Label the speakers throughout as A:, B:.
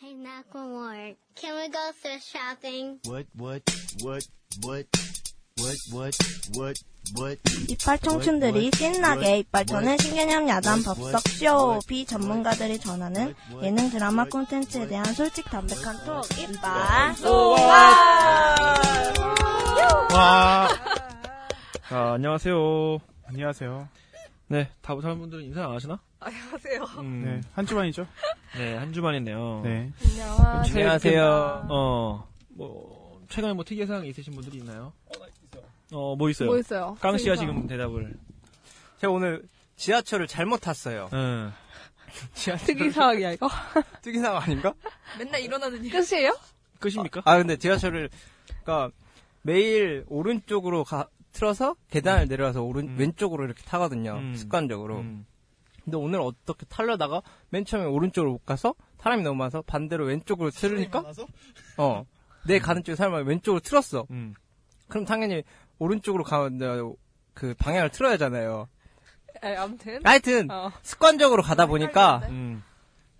A: Hey, Macklemore, can we go thrift shopping?
B: What, what, what, what, what, what, what, what,
C: 이빨 청춘들이 신나게 이빨터는 신개념 야단 법석 쇼비 전문가들이 전하는 예능 드라마 콘텐츠에 대한 솔직 담백한 톡 이빨 소와
D: 와. 아, 안녕하세요.
E: 안녕하세요.
D: 네, 다보사는 분들은 인사 안 하시나?
F: 아, 안녕하세요.
D: 음,
E: 네, 한 주만이죠?
D: 네, 한 주만이네요.
E: 네.
F: 아,
D: 최근-
F: 안녕하세요.
D: 어, 뭐, 최근에 뭐 특이한 사항 있으신 분들이 있나요? 어, 뭐 있어요?
F: 뭐 있어요?
D: 깡 씨가 지금 대답을.
G: 제가 오늘 지하철을 잘못 탔어요.
D: 응.
F: 특이 사항이야 이거?
G: 뜨기상 아닌가?
H: 맨날 일어나는 일.
F: 끝이에요?
D: 끝입니까?
G: 아 근데 지하철을 그러니까 매일 오른쪽으로 가 틀어서 계단을 내려와서 오른
D: 음.
G: 왼쪽으로 이렇게 타거든요.
D: 음.
G: 습관적으로.
D: 음.
G: 근데 오늘 어떻게 타려다가 맨 처음에 오른쪽으로 못 가서 사람이 너무 많아서 반대로 왼쪽으로 틀으니까 어. 내 가는 쪽에 사람이 많아서 왼쪽으로 틀었어.
D: 음.
G: 그럼 당연히 오른쪽으로 가면 어, 그 방향을 틀어야 하잖아요.
F: 아, 아무튼.
G: 하여튼
F: 어.
G: 습관적으로 가다 보니까
D: 음.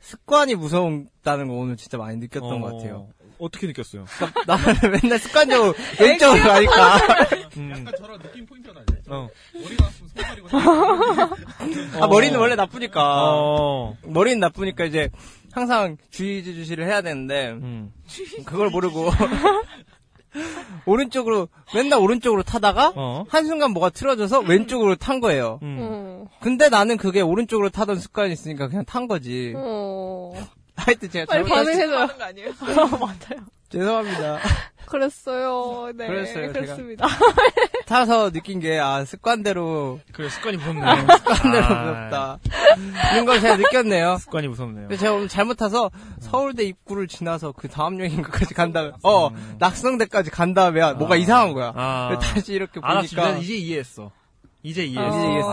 G: 습관이 무서운다는 거 오늘 진짜 많이 느꼈던
D: 어,
G: 것 같아요.
D: 어떻게 느꼈어요?
G: 나는 맨날 습관적으로 왼쪽으로 가니까
D: 음.
I: 저런 느낌 포인트 하나 알려줘.
D: 어.
I: 머리가 아프면 손발이고 손발이
G: 아, 머리는 원래 나쁘니까
D: 어.
G: 머리는 나쁘니까 이제 항상 주의 주시를 해야 되는데
D: 음.
G: 그걸 모르고 오른쪽으로 맨날 오른쪽으로 타다가
D: 어.
G: 한순간 뭐가 틀어져서 왼쪽으로 탄 거예요.
D: 음.
G: 근데 나는 그게 오른쪽으로 타던 습관이 있으니까 그냥 탄 거지.
F: 어.
G: 하여튼 제가
F: 빨리
G: 잘못했...
F: 반응해줘요. 어,
H: 하는 거 아니에요?
F: 맞아요.
G: 죄송합니다.
F: 그랬어요. 네.
G: 그랬어요, 제가.
F: 그렇습니다.
G: 타서 느낀 게 아 습관대로
D: 그래, 습관이 무섭네.
G: 습관대로
D: 아,
G: 무섭다. 이런 걸 제가 느꼈네요.
D: 습관이 무섭네요.
G: 근데 제가 오늘 잘못 타서 서울대 입구를 지나서 그 다음 여행까지 간 다음에 어 낙성대까지 간 다음에 야 뭐가 이상한 거야.
D: 아.
G: 근데 다시 이렇게
D: 알았어. 난
G: 보니까
D: 이제 이해했어. 이제 이해했어.
G: 이제 이해했어.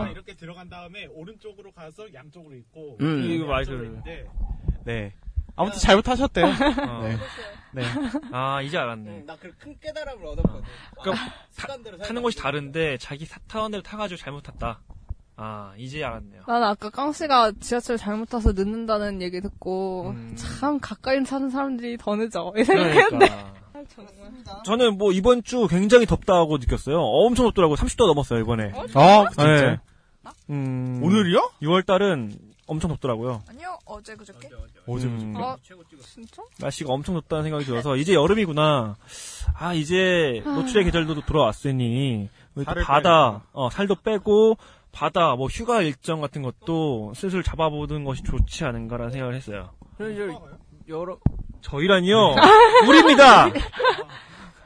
D: 아.
I: 이렇게 들어간 다음에 오른쪽으로 가서 양쪽으로 있고
G: 음.
D: 이거 마이크를.
I: 있는데
E: 네. 아무튼 잘못하셨대요.
D: 어.
E: 네. 네.
D: 아, 이제 알았네.
G: 나그큰 깨달음을 얻었거든.
D: 그러니까
G: 습관대로
D: 타는 곳이 다른데 자기 사- 타는 데를 타가지고 잘못 탔다. 아 이제 알았네요.
F: 난 아까 깡씨가 지하철 잘못 타서 늦는다는 얘기 듣고
D: 음.
F: 참 가까이 사는 사람들이 더 늦어.
E: 네,
F: 이 생각.
D: 그러니까
E: 저는 뭐 이번 주 굉장히 덥다고 느꼈어요. 엄청 덥더라고. 30도 넘었어요, 이번에.
G: 어
E: 아, 진짜? 아?
D: 네. 음,
E: 오늘이요?
D: 6월 달은 엄청 덥더라고요.
H: 아니요, 어제 그저께?
E: 어제
D: 음,
F: 아, 진짜?
D: 날씨가 엄청 덥다는 생각이 들어서 이제 여름이구나. 아 이제 노출의 계절도 돌아왔으니 우리 또
E: 살을
D: 바다, 어, 살도 빼고 바다 뭐 휴가 일정 같은 것도 슬슬 잡아보는 것이 좋지 않은가라는 생각을 했어요.
G: 여러
D: 저희라니요 우리입니다.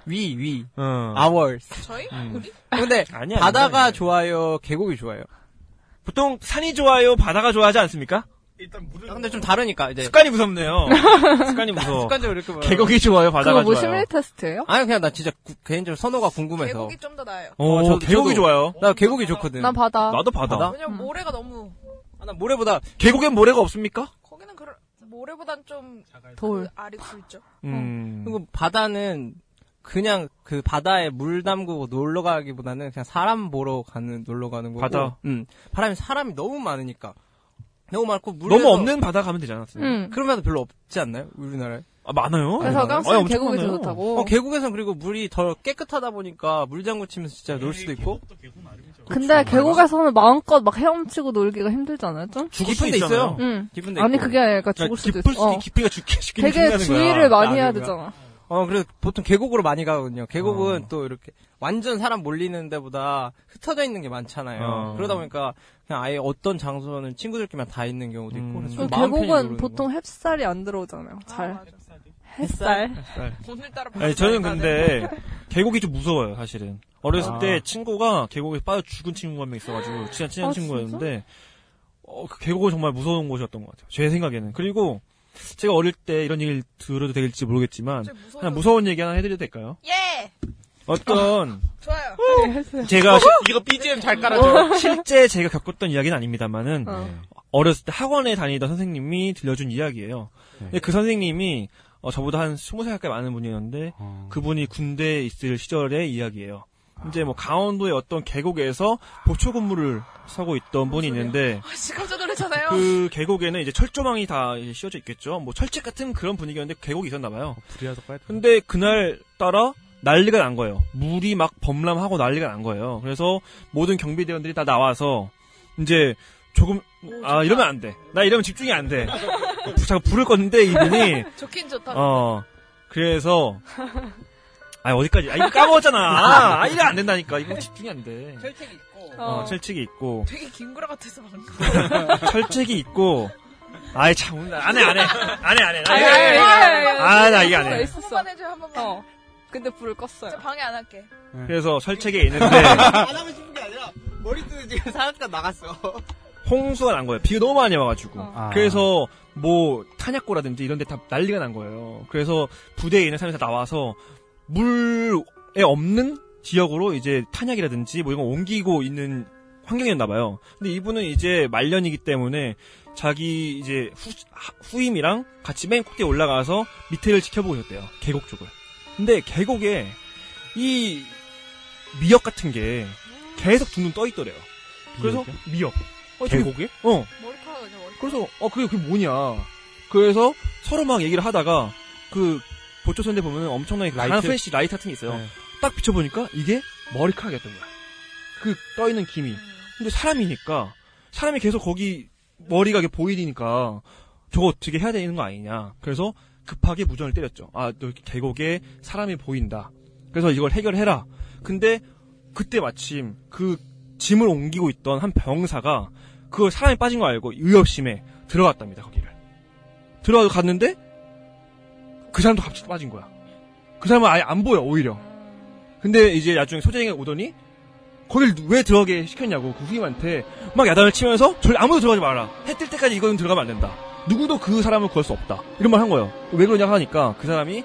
G: 위 위.
D: 어.
G: hours.
H: 저희?
D: 음.
G: 근데
D: 아니야,
G: 바다가
D: 아니야.
G: 좋아요, 계곡이 좋아요.
D: 보통 산이 좋아요, 바다가 좋아하지 않습니까?
I: 일단 물을
G: 근데 좀 다르니까 이제
D: 습관이 무섭네요. 습관이 무서워.
G: 습관적으로 이렇게 봐요.
D: 계곡이 좋아요,
F: 그거
D: 바다가
F: 뭐
D: 좋아요.
F: 시뮬레 테스트예요?
G: 아니 그냥 나 진짜 구- 개인적으로 선호가 궁금해서
H: 계곡이 좀 더 나아요.
D: 어,
G: 어, 저도-
D: 계곡이
G: 저도-
D: 좋아요.
G: 나 계곡이 좋거든.
F: 난 바다. 음.
D: 나도 바다.
G: 바다?
H: 왜냐면 모래가 너무,
G: 아, 나 모래보다
D: 계곡엔 모래가 없습니까?
H: 거기는 그, 모래보단 좀
F: 돌.
H: 알이 굵죠.
D: 음.
G: 그리고 바다는 그냥 그 바다에 물 담그고 놀러 가기보다는 그냥 사람 보러 가는 놀러 가는 거고.
D: 바다.
G: 음. 바람이 사람이 너무 많으니까. 너무 많고 물
D: 너무 없는 바다 가면 되지 않았어요?
F: 응.
G: 그런 바다 별로 없지 않나요? 우리나라에.
D: 음. 아, 많아요.
F: 그래서
D: 아니,
F: 깡씨는
D: 엄청
F: 계곡이 더
D: 많아요.
F: 좋다고.
G: 어, 계곡에선 그리고 물이 더 깨끗하다 보니까 물장구 치면서 진짜 놀 수도 있고.
I: 계곡도 계곡 나름이죠.
F: 근데 계곡에서는 마음껏 막 헤엄치고 놀기가 힘들지 않아요? 좀?
D: 죽을
G: 깊은
D: 수도
G: 데 있어요.
D: 있잖아요.
F: 응.
G: 기분 내.
F: 아니 그게 아니라 죽을
D: 그러니까
F: 수도
D: 깊을
F: 있어.
D: 수
F: 어.
D: 기가 죽게 죽게
F: 되게
D: 죽는다는 거야. 그러니까.
F: 주의를 많이
G: 아,
F: 해야
G: 그거야.
F: 되잖아.
G: 어, 그래서 보통 계곡으로 많이 가거든요. 계곡은 또 이렇게 완전 사람 몰리는 데보다 흩어져 있는 게 많잖아요.
D: 어.
G: 그러다 보니까 그냥 아예 어떤 장소는 친구들끼리만 다 있는 경우도 있고.
D: 음.
G: 그래서 좀
F: 그리고
G: 마음 편히
F: 계곡은
G: 노는
F: 보통 햅쌀이 안 들어오잖아요. 잘.
H: 아, 맞아.
F: 햇살.
H: 오늘따라
D: 아니, 저는 근데
H: 네.
D: 계곡이 좀 무서워요, 사실은. 어렸을
G: 아.
D: 때 친구가 계곡에 빠져 죽은 친구가 한 명 있어가지고 친한 친한
F: 아,
D: 친구였는데 어, 그 계곡은 정말 무서운 곳이었던 것 같아요. 제 생각에는. 그리고 제가 어릴 때 이런 얘기를 들어도 될지 모르겠지만
H: 무서워.
D: 그냥 무서운 얘기 하나 해드려도 될까요?
H: 예!
D: 어떤
H: 좋아요.
D: 제가 시-
E: 이거 BGM 잘 깔아줘.
D: 실제 제가 겪었던 이야기는 아닙니다만은
F: 어.
D: 어렸을 때 학원에 다니던 선생님이 들려준 이야기예요.
G: 네.
D: 근데 그 선생님이
G: 어.
D: 어, 저보다 한 20살 가까이 많은 분이었는데 그분이 군대에 있을 시절의 이야기예요. 이제
G: 아.
D: 뭐 강원도의 어떤 계곡에서 보초 근무를 서고 있던 분이 있는데
H: 아, 진짜 깜짝 놀랐잖아요.
D: 그 계곡에는 이제 철조망이 다 이제 씌워져 있겠죠. 뭐 철책 같은 그런 분위기였는데 계곡이 있었나 봐요.
G: 어, 불이라도 꺼야 돼.
D: 근데 그날 따라 난리가 난 거예요. 물이 막 범람하고 난리가 난 거예요. 그래서 모든 경비대원들이 다 나와서 이제 조금 아 이러면 안 돼. 나 이러면 집중이 안 돼. 자꾸 불을 껐는데 이분이
H: 좋긴 좋다.
D: 어 그래서 아 어디까지 아 이거 까먹었잖아. 아 이거 안 된다니까. 이거 집중이 안 돼.
H: 철책이 있고.
D: 어 철칙이 있고
H: 되게 김구라 같아서 방금.
D: 철칙이 있고 아이 참 오늘 안해 안해 안해 안해
F: 아니, 아니, 아니, 아니.
D: 아 나 이게 안해
H: 한 번만 해줘요, 한 번만.
F: 어. 근데 불을
H: 진짜
F: 껐어요.
H: 방해 안 할게.
D: 그래서 철책에 있는데
J: 안 하고 싶은 게 아니라 머리도 지금 사각가 나갔어.
D: 홍수가 난 거예요. 비가 너무 많이 와가지고.
F: 어.
J: 아.
D: 그래서 뭐 탄약고라든지 이런 데 다 난리가 난 거예요. 그래서 부대에 있는 사람이 다 나와서 물에 없는 지역으로 이제 탄약이라든지 뭐 이런 거 옮기고 있는 환경이었나 봐요. 근데 이분은 이제 말년이기 때문에 자기 이제 후, 하- 후임이랑 같이 맨 꼭대기 올라가서 밑에를 지켜보고 있었대요. 계곡 쪽을. 근데 계곡에 이 미역 같은 게 계속 둥둥 떠 있더래요. 그래서 미역. 어, 저기-
G: 계곡에?
D: 어,
H: 머리카락 아니야, 머리카락.
D: 그래서 어 그게 그게 뭐냐 그래서 서로 막 얘기를 하다가 그 보초선대 보면 엄청나게 강한
G: 라이트?
D: 플래시 라이트 같은 게 있어요
G: 네.
D: 딱 비춰보니까 이게 머리카락이었던 거야 그 떠있는 김이 근데 사람이니까 사람이 계속 거기 머리가 이렇게 보이니까 저거 어떻게 해야 되는 거 아니냐 그래서 급하게 무전을 때렸죠 아너 계곡에 사람이 보인다 그래서 이걸 해결해라 근데 그때 마침 그 짐을 옮기고 있던 한 병사가 그 사람이 빠진 거 알고 의협심에 들어갔답니다 거기를 들어갔는데 그 사람도 갑자기 빠진 거야 그 사람은 아예 안 보여 오히려 근데 이제 나중에 소재이가 오더니 거길 왜 들어가게 시켰냐고 그 후임한테 막 야단을 치면서 절 아무도 들어가지 마라 해 뜰 때까지 이거는 들어가면 안 된다 누구도 그 사람을 구할 수 없다 이런 말 한 거예요 왜 그러냐 하니까 그 사람이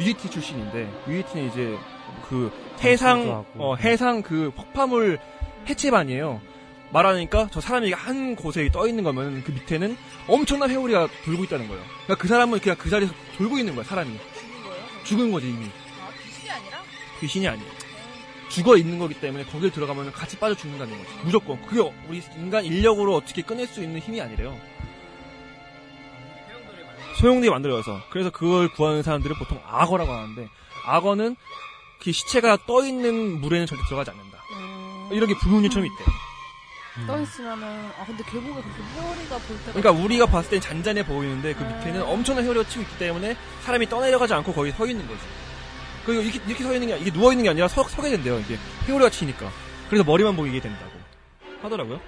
D: UDT 출신인데 UDT는 이제 그 해상
G: 방송도 하고.
D: 어, 해상 그 폭파물 해체반이에요 말하니까 저 사람이 한 곳에 떠 있는 거면 그 밑에는 엄청난 회오리가 돌고 있다는 거예요. 그러니까 그 사람은 그냥 그 자리에서 돌고 있는 거야 사람이
H: 죽은 거예요? 그럼?
D: 죽은 거지 이미
H: 아, 귀신이 아니라?
D: 귀신이 아니에요. 죽어 있는 거기 때문에 거길 들어가면 같이 빠져 죽는다는 거지 무조건 그게 우리 인간 인력으로 어떻게 꺼낼 수 있는 힘이 아니래요. 소용돌이 만들어서 그래서 그걸 구하는 사람들을 보통 악어라고 하는데 악어는 그 시체가 떠 있는 물에는 절대 들어가지 않는다.
H: 음.
D: 이런 게 불문율처럼 있대.
F: 떠있으면은, 아, 근데 계곡에 그렇게 회오리가 볼 때가.
D: 그러니까 우리가 봤을 땐 잔잔해 보이는데 그 밑에는 엄청난 혈이 치고 있기 때문에 사람이 떠내려가지 않고 거기 서 있는 거지. 그리고 이렇게, 이렇게 서 있는 게 아니- 이게 누워 있는 게 아니라 서, 서게 된대요. 이게 회오리가 치니까. 그래서 머리만 보이게 된다고 하더라고요.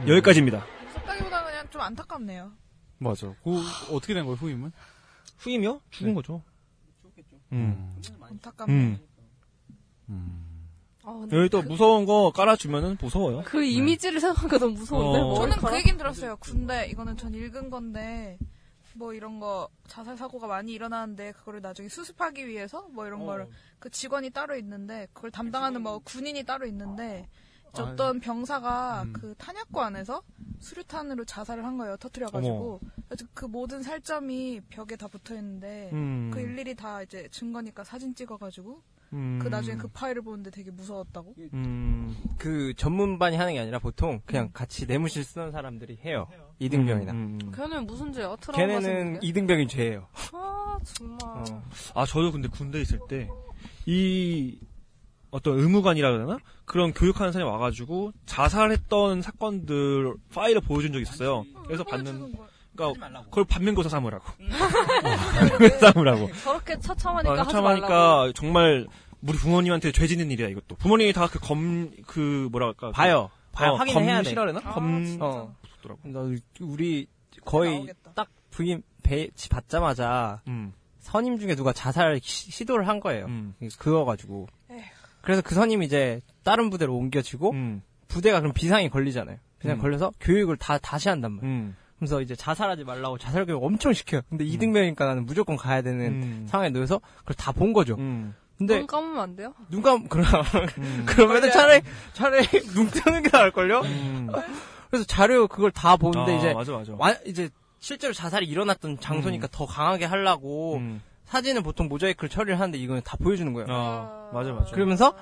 G: 음.
D: 여기까지입니다.
H: 무섭다기보다 그냥 좀 안타깝네요.
G: 맞아. 그 어떻게 된 거예요 후임은? 네.
D: 후임이요? 죽은 거죠. 음.
H: 안타깝네.
D: 음.
F: 아, 근데
D: 여기 또 무서운 거 깔아주면은 무서워요.
F: 그 이미지를 생각하니까 너무 무서운데.
D: 어.
H: 저는
F: 머리카락?
H: 그 얘긴 들었어요. 군대 이거는 전 읽은 건데 뭐 이런 거 자살 사고가 많이 일어나는데 그거를 나중에 수습하기 위해서 뭐 이런 거를 그 직원이 따로 있는데 그걸 담당하는 뭐 군인이 따로 있는데 이제 어떤 병사가 그 탄약고 안에서 수류탄으로 자살을 한 거예요. 터트려가지고 그래서 그 모든 살점이 벽에 다 붙어 있는데
D: 음.
H: 그 일일이 다 이제 증거니까 사진 찍어가지고 그 나중에 그 파일을 보는데 되게 무서웠다고.
D: 음.
G: 그 전문반이 하는 게 아니라 보통 그냥 같이 내무실 쓰는 사람들이 해요. 이등병이나.
D: 음, 음.
F: 걔는 무슨 죄야? 트라우마
G: 걔네는 이등병이 죄예요.
F: 아, 정말.
G: 어.
D: 아, 저도 근데 군대 있을 때, 이, 어떤 의무관이라 그러나? 그런 교육하는 사람이 와가지고, 자살했던 사건들 파일을 보여준 적이 있었어요.
F: 음.
D: 그래서 봤는, 그니까, 그걸 반면교사 삼으라고. 삼으라고. 어,
F: 저렇게 음. 그러니까 처참하니까 하지 말라고.
D: 하니까 정말, 우리 부모님한테 죄 짓는 일이야, 이것도. 부모님이 다 그 검, 그, 뭐라 할까. 그-
G: 봐요. 봐요.
D: 어,
G: 확인해야 돼.
D: 검시라 그러나? 검,
H: 아, 진짜.
G: 어.
D: 더라고
G: 나 우리 거의
H: 나오겠다.
G: 딱 부임 배치 받자마자
D: 음,
G: 선임 중에 누가 자살 시- 시도를 한 거예요.
D: 음,
G: 그어가지고.
H: 에휴.
G: 그래서 그 선임이 이제 다른 부대로 옮겨지고
D: 음,
G: 부대가 그럼 비상이 걸리잖아요. 비상 이
D: 음.
G: 걸려서 교육을 다 다시 한단 말이에요.
D: 음.
G: 그래서 이제 자살하지 말라고 자살 교육 엄청 시켜요. 근데 이등병이니까 나는 무조건 가야 되는
D: 음.
G: 상황에 놓여서 그걸 다 본 거죠.
D: 음.
G: 근데
F: 눈 감으면 안 돼요?
G: 눈 감, 그러, 그러면은 차라리, 차라리 눈 뜨는 게 나을걸요?
D: 음.
G: 그래서 자료 그걸 다 보는데
D: 아,
G: 이제,
D: 맞아, 맞아.
G: 와- 이제 실제로 자살이 일어났던 장소니까 더 강하게 하려고
D: 음.
G: 사진은 보통 모자이크를 처리를 하는데 이거는 다 보여주는 거예요.
F: 아.
D: 아, 맞아, 맞아.
G: 그러면서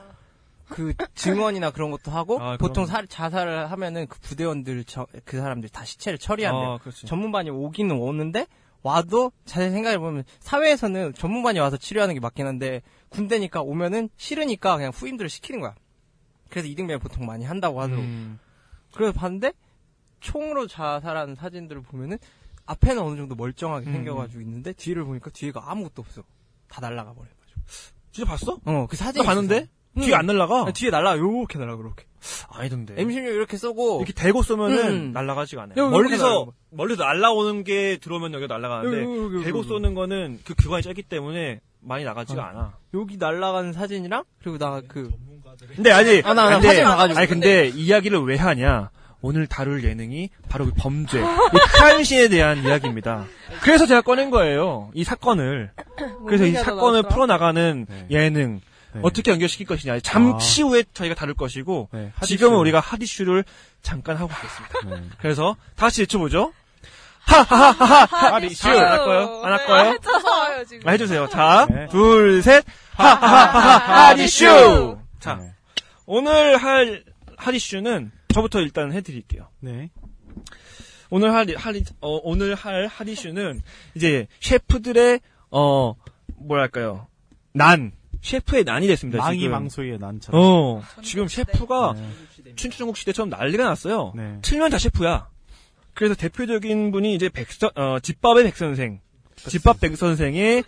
G: 그 증언이나 그런 것도 하고
D: 아,
G: 보통
D: 그럼요.
G: 살- 자살을 하면은 그 부대원들 저- 그 사람들 다 시체를 처리한대요.
D: 아, 그렇지.
G: 전문반이 오기는 오는데 와도 자세히 생각해 보면 사회에서는 전문반이 와서 치료하는 게 맞긴 한데 군대니까 오면은 싫으니까 그냥 후임들을 시키는 거야. 그래서 이등병 보통 많이 한다고 하더라고.
D: 음.
G: 그래서 봤는데 총으로 자살하는 사진들을 보면은 앞에는 어느 정도 멀쩡하게
D: 음.
G: 생겨가지고 있는데 뒤를 보니까 뒤에가 아무것도 없어. 다 날라가 버려가지고.
D: 진짜 봤어?
G: 어, 그 사진
D: 나 봤는데? 뒤에 안 날라가?
G: 아, 뒤에 날라 요렇게 날라 그렇게.
D: 아니던데.
G: M16 이렇게 쏘고
D: 이렇게 대고 쏘면은
G: 어. 음.
D: 날라가지가 않아요.
G: 여기, 여기 날라가는
D: 멀리서
G: 거야.
D: 멀리서 날라오는 게 들어오면 여기 날라가는데
G: 여기, 여기, 여기,
D: 대고
G: 여기.
D: 쏘는 거는 그 기관이 짧기 때문에 많이 나가지가
G: 아.
D: 않아.
G: 여기 날라간 사진이랑 그리고
D: 네,
G: 나그
K: 전문가들의
D: 근데 아니
G: 아, 나- 나
D: 근데,
G: 사진 봐가지고.
D: 아니 근데 이야기를 왜 하냐? 오늘 다룰 예능이 바로 그 범죄, 이 크라임씬에 대한 이야기입니다. 그래서 제가 꺼낸 거예요. 이 사건을.
F: 뭐
D: 그래서 이 사건을 풀어나가는
B: 네.
D: 예능.
B: 네. 아.
D: 어떻게 연결시킬 것이냐. 잠시 후에 저희가 다룰 것이고,
B: 네,
D: 지금은 우리가 핫이슈를 잠깐 하고 있겠습니다.
B: 네.
D: 그래서 다시 외쳐보죠. 하하하하하!
K: 핫이슈.
D: 안할 거예요? 안 할 거예요?
L: 무서워요 지금.
D: 아, 해주세요. 자,
B: 네.
D: 둘, 셋. 하하하하! 핫이슈! 자,
B: 네.
D: 오늘 할 핫이슈는 저부터 일단 해드릴게요.
B: 네.
D: 오늘 할, 할 어, 오늘 할 핫이슈는 이제 셰프들의 어 뭐랄까요 난 셰프의 난이 됐습니다.
B: 망이
D: 지금.
B: 망소의 난처럼.
D: 어 지금 셰프가
B: 네.
D: 춘추전국 시대처럼 난리가 났어요.
B: 네.
D: 틀면 다 셰프야. 그래서 대표적인 분이 이제 백선 어, 집밥의 백 선생, 집밥 백 선생의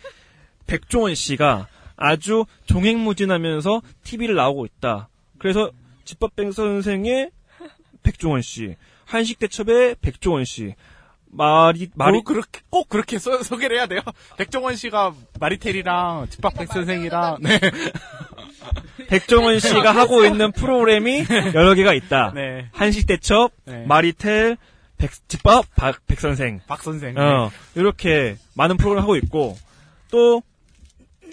D: 백종원 씨가 아주 종횡무진하면서 TV를 나오고 있다. 그래서 집밥 백 선생의 백종원 씨, 한식 대첩의 백종원 씨, 말이 말이
B: 꼭뭐 그렇게 꼭 그렇게 소, 소개를 해야 돼요. 백종원 씨가 마리텔이랑 집밥백 선생이랑 네.
D: 백종원 씨가 하고 있는 프로그램이 여러 개가 있다.
B: 네.
D: 한식 대첩,
B: 네.
D: 마리텔, 백, 집밥 박, 백 선생.
B: 박 선생.
D: 어,
B: 네.
D: 이렇게 많은 프로그램을 하고 있고, 또,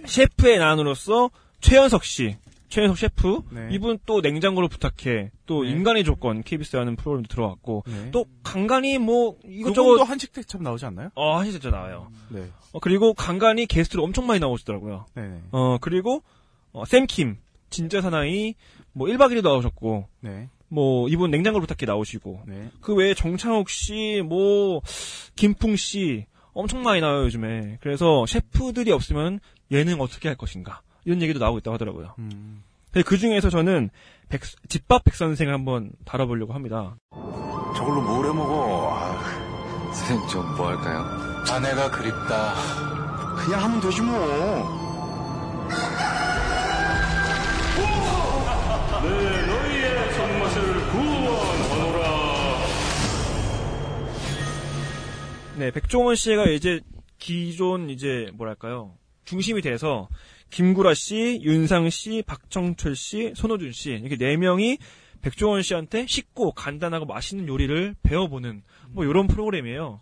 D: 셰프의 난으로서 최연석 씨, 최연석 셰프,
B: 네.
D: 이분 또 냉장고를 부탁해, 또
B: 네.
D: 인간의 조건, KBS 하는 프로그램도 들어왔고,
B: 네.
D: 또 간간히 뭐,
B: 이것저것
D: 이것저것,
B: 한식 대첩 나오지 않나요?
D: 어, 하시죠, 나와요.
B: 네.
D: 어, 그리고 간간히 게스트로 엄청 많이 나오시더라고요.
B: 네.
D: 어, 그리고, 어, 샘킴, 진짜 사나이, 뭐, 1박 2일 나오셨고,
B: 네.
D: 뭐, 이분 냉장고를 부탁해 나오시고,
B: 네.
D: 그 외에 정창욱 씨, 뭐 김풍 씨 엄청 많이 나와요 요즘에. 그래서 셰프들이 없으면 예능 어떻게 할 것인가 이런 얘기도 나오고 있다고 하더라고요.
B: 음.
D: 그 중에서 저는 백- 집밥 백 선생을 한번 다뤄보려고 합니다.
K: 저걸로 뭘 해먹어 선생님 좀 뭐 할까요? 자네가 그립다 그냥 하면 되지 뭐
D: 네, 백종원 씨가 이제 기존 이제 뭐랄까요 중심이 돼서 김구라 씨, 윤상 씨, 박정철 씨, 손호준 씨 이렇게 네 명이 백종원 씨한테 쉽고 간단하고 맛있는 요리를 배워보는 뭐 이런 프로그램이에요.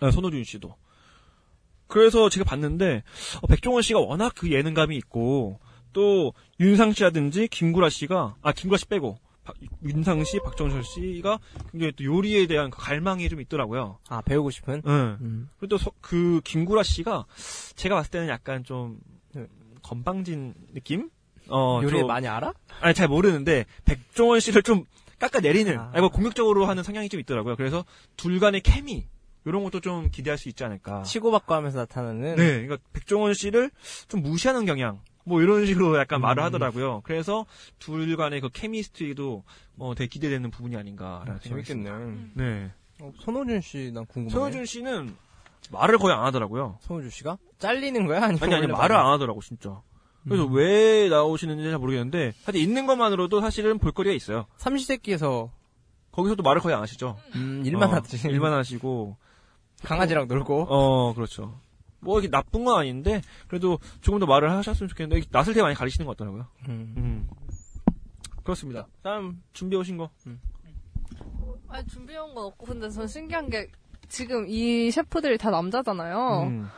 D: 아, 손호준 씨도. 그래서 제가 봤는데 어, 백종원 씨가 워낙 그 예능감이 있고 또 윤상 씨라든지 김구라 씨가 아 김구라 씨 빼고 박- 윤상 씨, 박정철 씨가 굉장히 또 요리에 대한 그 갈망이 좀 있더라고요.
G: 아 배우고 싶은
D: 응.
G: 음.
D: 예. 그리고 또 그 김구라 씨가 제가 봤을 때는 약간 좀 건방진 느낌? 어,
G: 요리
D: 좀-
G: 많이 알아?
D: 아니 잘 모르는데 백종원 씨를 좀 깎아내리는
G: 아.
D: 아. 고 공격적으로 하는 성향이 좀 있더라고요. 그래서 둘 간의 케미 이런 것도 좀 기대할 수 있지 않을까.
G: 치고받고 하면서 나타나는
D: 아. 네, 그러니까 백종원 씨를 좀 무시하는 경향. 뭐 이런 식으로
G: 음.
D: 약간 말을 하더라고요. 그래서 둘 간의 그 케미스트리도 어, 되게 기대되는 부분이 아닌가라는 생각이
G: 재밌겠네.
D: 듭니다. 네.
G: 어, 손호준 씨 난 궁금해.
D: 서효준 씨는 말을 거의 안 하더라고요.
G: 손호준 씨가 잘리는 거야? 아니면
D: 아니 아니
G: 원래
D: 말을
G: 많이-
D: 안 하더라고 진짜. 그래서
G: 음.
D: 왜 나오시는지 잘 모르겠는데 사실 있는 것만으로도 사실은 볼거리가 있어요.
G: 삼시세끼에서
D: 거기서도 말을 거의 안 하시죠.
G: 음, 일만
D: 어,
G: 하듯이
D: 일만 하시고
G: 강아지랑 놀고
D: 어 그렇죠. 뭐 이게 나쁜 건 아닌데 그래도 조금 더 말을 하셨으면 좋겠는데 이게 낯을 되게 많이 가리시는 것 같더라고요.
G: 음.
D: 음 그렇습니다. 다음 준비해 오신 거.
F: 아니, 준비한 건 없고, 근데 전 신기한 게, 지금 이 셰프들이 다 남자잖아요.
D: 음.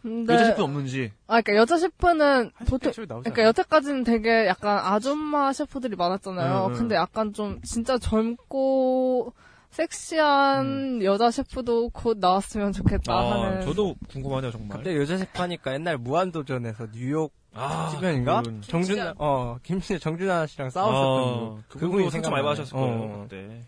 F: 근데,
D: 여자 셰프 없는지.
F: 아, 그러니까 여자 셰프는
B: 한식
F: 보통,
B: 대첩이 나오지
F: 그러니까
B: 않나요?
F: 여태까지는 되게 약간 아줌마 셰프들이 많았잖아요.
D: 음, 음.
F: 근데 약간 좀 진짜 젊고 섹시한 여자 셰프도 곧 나왔으면 좋겠다
D: 아,
F: 하는.
D: 저도 궁금하네요, 정말.
G: 갑자기 여자 셰프하니까 옛날 무한도전에서 뉴욕
D: 아,
G: 주변인가?
D: 그분.
G: 정준, 어, 김신혜 정준하 씨랑 싸웠었던
D: 아,
G: 분.
D: 그분도
G: 생각
D: 상처 많이 받으셨을 거예요,
G: 어.
D: 그때.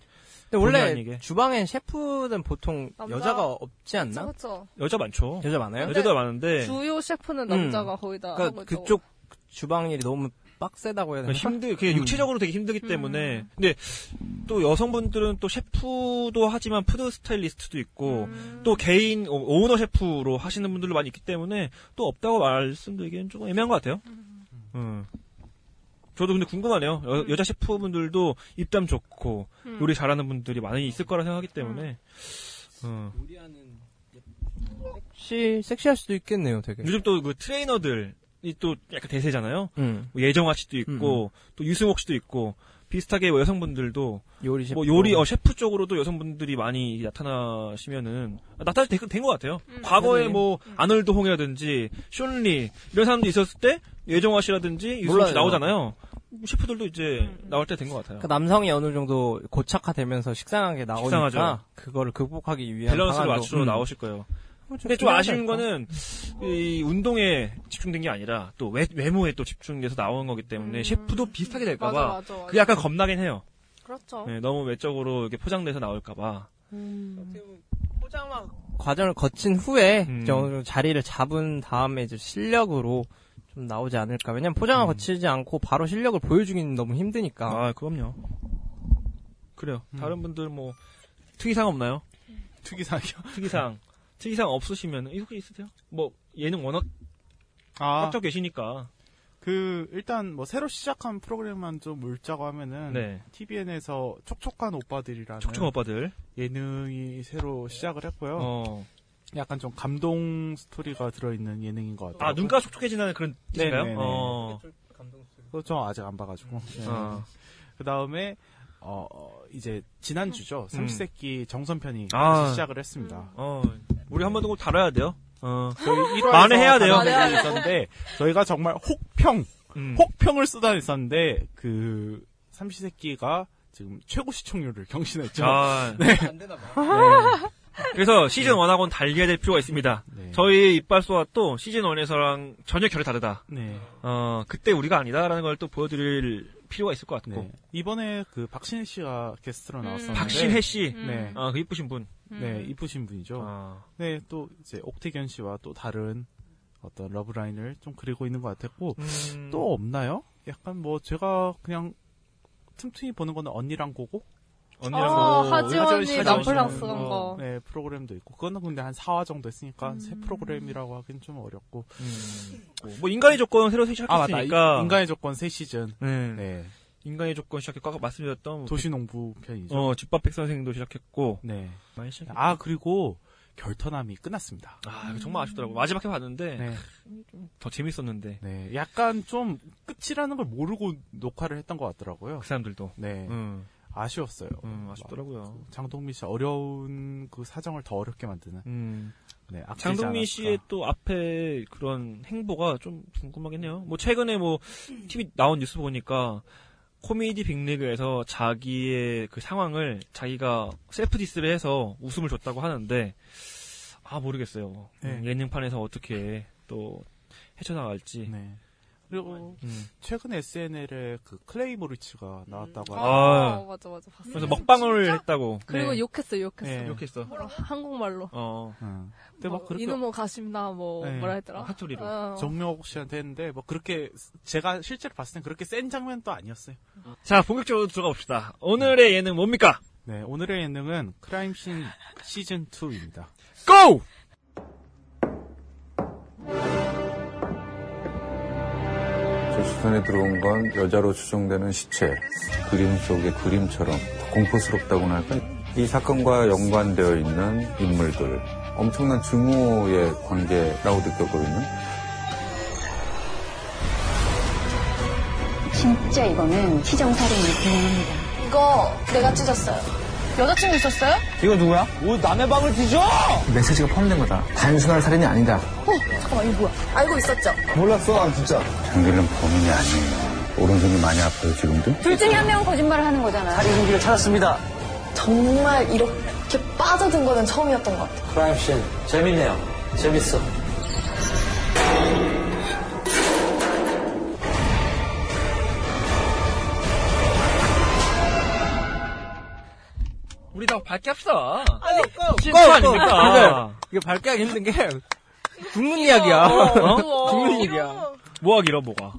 G: 근데
D: 본의
G: 원래
D: 아니게.
G: 주방엔 셰프는 보통
F: 남자?
G: 여자가 없지
F: 그쵸,
G: 않나?
F: 그쵸.
D: 여자 많죠.
G: 여자 많아요?
D: 여자도 많은데.
F: 주요 셰프는
G: 음.
F: 남자가 거의 다
G: 그러니까
F: 하고 있다고.
G: 그쪽 주방 일이 너무 빡세다고 해야 되나?
D: 그러니까 힘들, 그게 육체적으로 되게 힘들기 때문에. 근데 또 여성분들은 또 셰프도 하지만 푸드 스타일리스트도 있고, 또 개인 오- 오너 셰프로 하시는 분들도 많이 있기 때문에 또 없다고 말씀드리기는 조금 애매한 것 같아요. 음. 저도 근데 궁금하네요. 여, 자 셰프분들도 입담 좋고
F: 음.
D: 요리 잘하는 분들이 많이 있을 거라 생각하기 때문에 어.
G: 섹시, 섹시할 수도 있겠네요, 되게.
D: 요즘 또 그 트레이너들이 또 약간 대세잖아요.
G: 음.
D: 뭐 예정아 씨도 있고 또 유승옥 씨도 있고 비슷하게 뭐 여성분들도
G: 요리 셰프.
D: 뭐 요리 어 셰프 쪽으로도 여성분들이 많이 나타나시면은 아, 나타날 된것 같아요. 과거에
G: 음.
D: 뭐 아놀드 홍이라든지 쇼리 이런 사람도 있었을 때 예정화 씨라든지 유승 씨
G: 몰라요.
D: 나오잖아요.
F: 음.
D: 셰프들도 이제 나올 때 된 것 같아요.
G: 그 남성이 어느 정도 고착화되면서 식상하게 나오니까
D: 식상하죠.
G: 그거를 극복하기 위한
D: 밸런스를
G: 방안도-
D: 맞추러
G: 음.
D: 나오실 거예요.
G: 어, 좀
D: 근데 좀 아쉬운
G: 필요하다
D: 거는 이 운동에 집중된 게 아니라 또 외, 외모에 또 집중돼서 나온 거기 때문에
F: 음.
D: 셰프도 비슷하게
F: 맞아,
D: 될까봐
F: 맞아, 맞아.
D: 그게 약간 겁나긴 해요.
F: 그렇죠.
D: 네, 너무 외적으로 이렇게 포장돼서 나올까봐.
M: 포장만
G: 과정을 거친 후에
D: 음.
G: 이제 어느 정도 자리를 잡은 다음에 이제 실력으로 좀 나오지 않을까. 왜냐면 포장을 거치지 않고 바로 실력을 보여주기는 너무
B: 뭐.
G: 힘드니까.
D: 아, 그럼요. 그래요.
B: 음.
D: 다른 분들 뭐 특이사항 없나요?
B: 특이사항이요.
D: 특이사항. 특이사항 없으시면 이거 있으세요? 뭐 예능 워낙
B: 아,
D: 합쳐 계시니까.
B: 그 일단 뭐 새로 시작한 프로그램만 좀 울자고 하면은
D: 네.
B: TVN에서 촉촉한 오빠들이라는
D: 촉촉 오빠들.
B: 예능이 새로 시작을 했고요.
D: 어.
B: 약간 좀 감동 스토리가 들어있는 예능인 것 같아요.
D: 아, 눈가 촉촉해진다는 그런 뜻인가요?
B: 네네네.
D: 어.
B: 그거 저 아직 안 봐가지고. 네.
D: 어.
B: 그 다음에 어 어, 이제 지난주죠 삼시세끼 정선편이
D: 음. 아.
B: 다시 시작을 했습니다.
D: 어. 우리 한 번 더 다뤄야 돼요. 어.
B: 저희 1화에서
D: 만회해야 돼요.
B: 있었는데 저희가 정말 혹평
D: 음.
B: 혹평을 쏟아냈었는데 그 삼시세끼가 지금 최고 시청률을 경신했죠.
D: 아, 그래서 시즌 1하고는 달리해야 될 필요가 있습니다.
B: 네.
D: 저희 이빨소와 또 시즌 1에서랑 전혀 결이 다르다.
B: 네.
D: 어, 그때 우리가 아니다라는 걸 또 보여드릴 필요가 있을 것
B: 네.
D: 같고.
B: 이번에 그 박신혜 씨가
D: 음.
B: 게스트로 나왔었는데
D: 어. 박신혜 씨.
B: 네.
D: 아, 그 이쁘신 분.
B: 네, 이쁘신 분이죠.
D: 아,
B: 네, 또 이제 옥태견 씨와 또 다른 어떤 러브라인을 좀 그리고 있는 것 같았고
D: 음,
B: 또 없나요? 약간 뭐 제가 그냥 틈틈이 보는 거는 언니랑 고고
D: 언니랑
F: 아,
D: 뭐-
B: 하지원
F: 하지원이
B: 씨
F: 남플랑스
B: 나오시는
F: 간 거.
B: 네, 프로그램도 있고 그거는 근데 한 4화 정도 했으니까 새 프로그램이라고 하긴 좀 어렵고
D: 음, 뭐 인간의 조건 새로
B: 아 맞다
D: 시작했으니까.
B: 이- 인간의 조건 새 시즌
D: 네.
B: 네
D: 인간의 조건 시작했고 아까 말씀드렸던 뭐
B: 도시농부 편이죠
D: 어, 집밥 백선생도 시작했고.
B: 네아
D: 많이 시작.
B: 그리고 결터남이 끝났습니다
D: 아, 이거 정말 아쉽더라고. 마지막에 봤는데
B: 네.
D: 더 재밌었는데.
B: 네 약간 좀 끝이라는 걸 모르고 녹화를 했던 것 같더라고요
D: 그 사람들도.
B: 네
D: 음,
B: 아쉬웠어요
D: 음, 아쉽더라고요.
B: 그러니까. 장동민 씨 어려운 그 사정을 더 어렵게 만드는
D: 음.
B: 네, 아끼지
D: 장동민
B: 않았을까.
D: 씨의 또 앞에 그런 행보가 좀 궁금하긴 해요. 뭐 최근에 뭐 TV 나온 뉴스 보니까 코미디 빅리그에서 자기의 그 상황을 자기가 셀프 디스를 해서 웃음을 줬다고 하는데 아 모르겠어요.
B: 네.
D: 음, 예능판에서 어떻게 또 헤쳐나갈지.
B: 네. 그리고
D: 음.
B: 최근 SNL에 그 클레이 모리츠가 나왔다고
F: 아,
B: 하죠.
D: 아.
F: 맞아, 맞아. 봤어.
D: 그래서 먹방을 했다고.
F: 그리고
D: 네.
F: 욕했어요, 욕했어.
B: 네. 음.
D: 이렇게 했어.
F: 한국말로.
D: 어.
B: 응. 근데 막
F: 뭐,
B: 그렇게
F: 이놈의 가십나, 뭐,
B: 네.
F: 뭐라 했더라?
D: 사투리로.
F: 어.
B: 정명옥 씨한테 했는데 뭐 그렇게 제가 실제로 봤을 땐 그렇게 센 장면도 아니었어요.
D: 자 본격적으로 들어가 봅시다. 오늘의 예능 뭡니까?
B: 네, 오늘의 예능은 크라임씬 시즌 2입니다.
D: 고!
I: 제 시선에 들어온 건 여자로 추정되는 시체, 그림 속의 그림처럼 공포스럽다고나 할까? 이 사건과 연관되어 있는 인물들, 엄청난 증오의 관계라고 느꼈거든요.
N: 진짜 이거는 시정살인이 분명합니다.
H: 이거 내가 찢었어요. 여자친구 있었어요?
I: 이거 누구야? 뭐 남의 방을 뒤져! 메시지가 포함된 거다. 단순한 살인이 아니다.
F: 어,
H: 알고 있었죠.
I: 몰랐어, 진짜. 장길은 범인이 아니에요. 오른손이 많이 아파요, 지금도?
N: 둘 중에 한 명은 거짓말을 하는 거잖아요.
I: 살인 흉기를 찾았습니다.
O: 정말 이렇게 빠져든 거는 처음이었던 것 같아요.
P: 크라임씬 재밌네요. 재밌어.
D: 우리 다 밝게 합시다.
G: 아니,
D: 진짜 아닙니까?
G: 이게 밝게 하기 힘든 게 죽는 이야기야.
D: 어?
G: 죽는 얘기야.
D: 뭐가 길어 뭐가?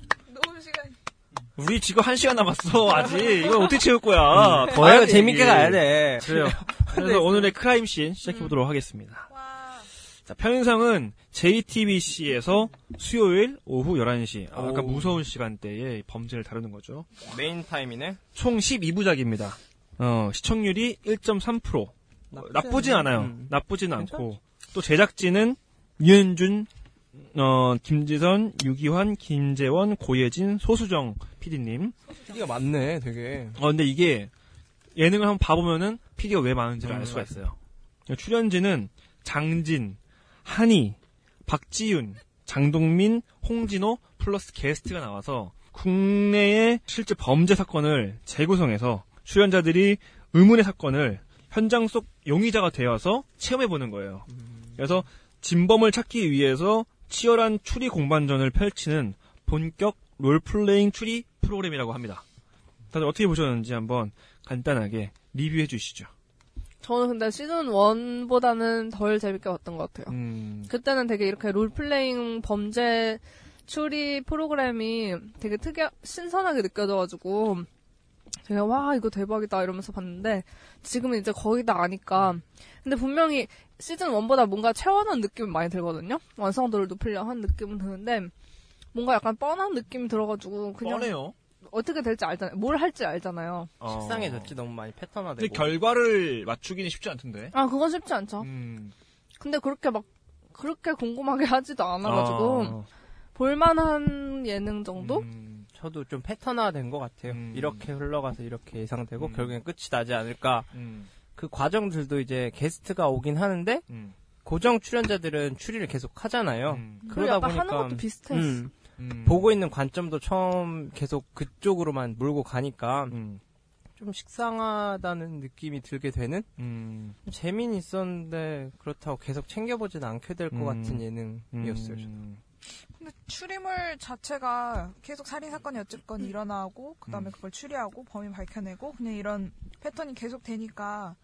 D: 우리 지금 한 시간 남았어 아직 이걸 어떻게 채울 거야?
G: 음. 네.
D: 더
G: 아유,
D: 해야지.
G: 재밌게 가야 돼.
D: 그래요. 그래서 오늘의 크라임 씬 시작해 보도록
G: 음.
D: 하겠습니다. 자, 편의상은 JTBC에서 수요일 오후 11시 아, 까
G: 오.
D: 무서운 시간대에 범죄를 다루는 거죠.
G: 메인 타임이네.
D: 총 12부작입니다. 어, 시청률이 1.3%. 어,
G: 나쁘지
D: 나쁘진
G: 않네.
D: 않아요.
G: 음.
D: 나쁘진 않고. 또 제작진은 유현준, 어, 김지선, 유기환, 김재원, 고예진, 소수정 PD님.
G: 이가 많네, 되게.
D: 어, 근데 이게 예능을 한번 봐보면은 PD가 왜 많은지를 알 수가 있어요. 출연진은 장진, 한희, 박지윤, 장동민, 홍진호 플러스 게스트가 나와서 국내의 실제 범죄 사건을 재구성해서 출연자들이 의문의 사건을 현장 속 용의자가 되어서 체험해보는 거예요. 그래서 진범을 찾기 위해서 치열한 추리 공반전을 펼치는 본격 롤플레잉 추리 프로그램이라고 합니다. 다들 어떻게 보셨는지 한번 간단하게 리뷰해 주시죠.
F: 저는 근데 시즌 1보다는 덜 재밌게 봤던 것 같아요.
D: 음.
F: 그때는 되게 이렇게 롤플레잉 범죄 추리 프로그램이 되게 특이하, 신선하게 느껴져가지고 제가 와, 이거 대박이다 이러면서 봤는데 지금은 이제 거의 다 아니까. 근데 분명히 시즌 1보다 뭔가 채워넣은 느낌이 많이 들거든요? 완성도를 높이려 한 느낌은 드는데 뭔가 약간 뻔한 느낌이 들어가지고 그냥
D: 뻔해요.
F: 어떻게 될지 알잖아요. 뭘 할지 알잖아요.
G: 어. 식상해졌지, 너무 많이 패턴화되고.
D: 근데 결과를 맞추기는 쉽지 않던데. 음.
F: 아, 그건 쉽지 않죠. 근데 그렇게 막, 그렇게 궁금하게 하지도 않아가지고, 볼만한 예능
D: 음.
F: 정도?
G: 저도 좀 패턴화된 것 같아요. 이렇게 흘러가서 이렇게 예상되고 결국엔 끝이 나지 않을까.
D: 음.
G: 그 과정들도 이제 게스트가 오긴 하는데
D: 음.
G: 고정 출연자들은 추리를 계속 하잖아요.
F: 그리고
G: 그러다
F: 약간
G: 보니까
F: 하는 것도 비슷했어.
G: 음, 보고 있는 관점도 처음 계속 그쪽으로만 몰고 가니까
D: 음.
G: 좀 식상하다는 느낌이 들게 되는
D: 음.
G: 재미는 있었는데 그렇다고 계속 챙겨보진 않게 될 것
D: 음.
G: 같은 예능이었어요. 저는.
H: 근데 추리물 자체가 계속 살인 사건이 어쨌건 일어나고 그다음에 그걸 추리하고 범인 밝혀내고 그냥 이런 패턴이 계속 되니까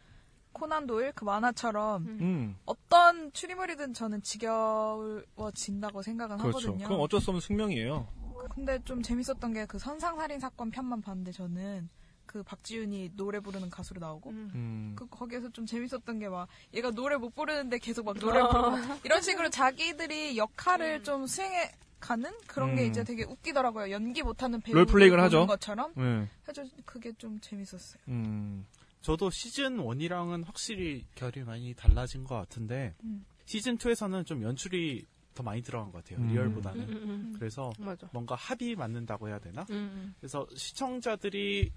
H: 코난 도일 그
D: 음.
H: 만화처럼 어떤 추리물이든 저는 지겨워진다고 생각은
D: 그렇죠.
H: 하거든요.
D: 그건 어쩔 수 없는 숙명이에요.
H: 근데 좀 재밌었던 게 그 선상 살인 사건 편만 봤는데 저는 그 박지윤이 노래 부르는 가수로 나오고
F: 음.
D: 음.
H: 그 거기에서 좀 재밌었던 게 막 얘가 노래 못 부르는데 계속 막 노래
F: 어.
H: 부르고 막 이런 식으로 자기들이 역할을
F: 음.
H: 좀 수행해 가는 그런 게
D: 음.
H: 이제 되게 웃기더라고요. 연기 못하는 배우
B: 롤플레잉을 하죠.
H: 것처럼.
B: 네.
H: 해서 그게 좀 재밌었어요.
D: 음.
B: 저도 시즌 1이랑은 확실히 결이 많이 달라진 것 같은데
H: 음.
B: 시즌 2에서는 좀 연출이 더 많이 들어간 것 같아요.
D: 음.
B: 리얼보다는.
D: 음, 음,
F: 음.
B: 그래서
F: 맞아.
B: 뭔가 합이 맞는다고 해야 되나?
F: 음.
B: 그래서 시청자들이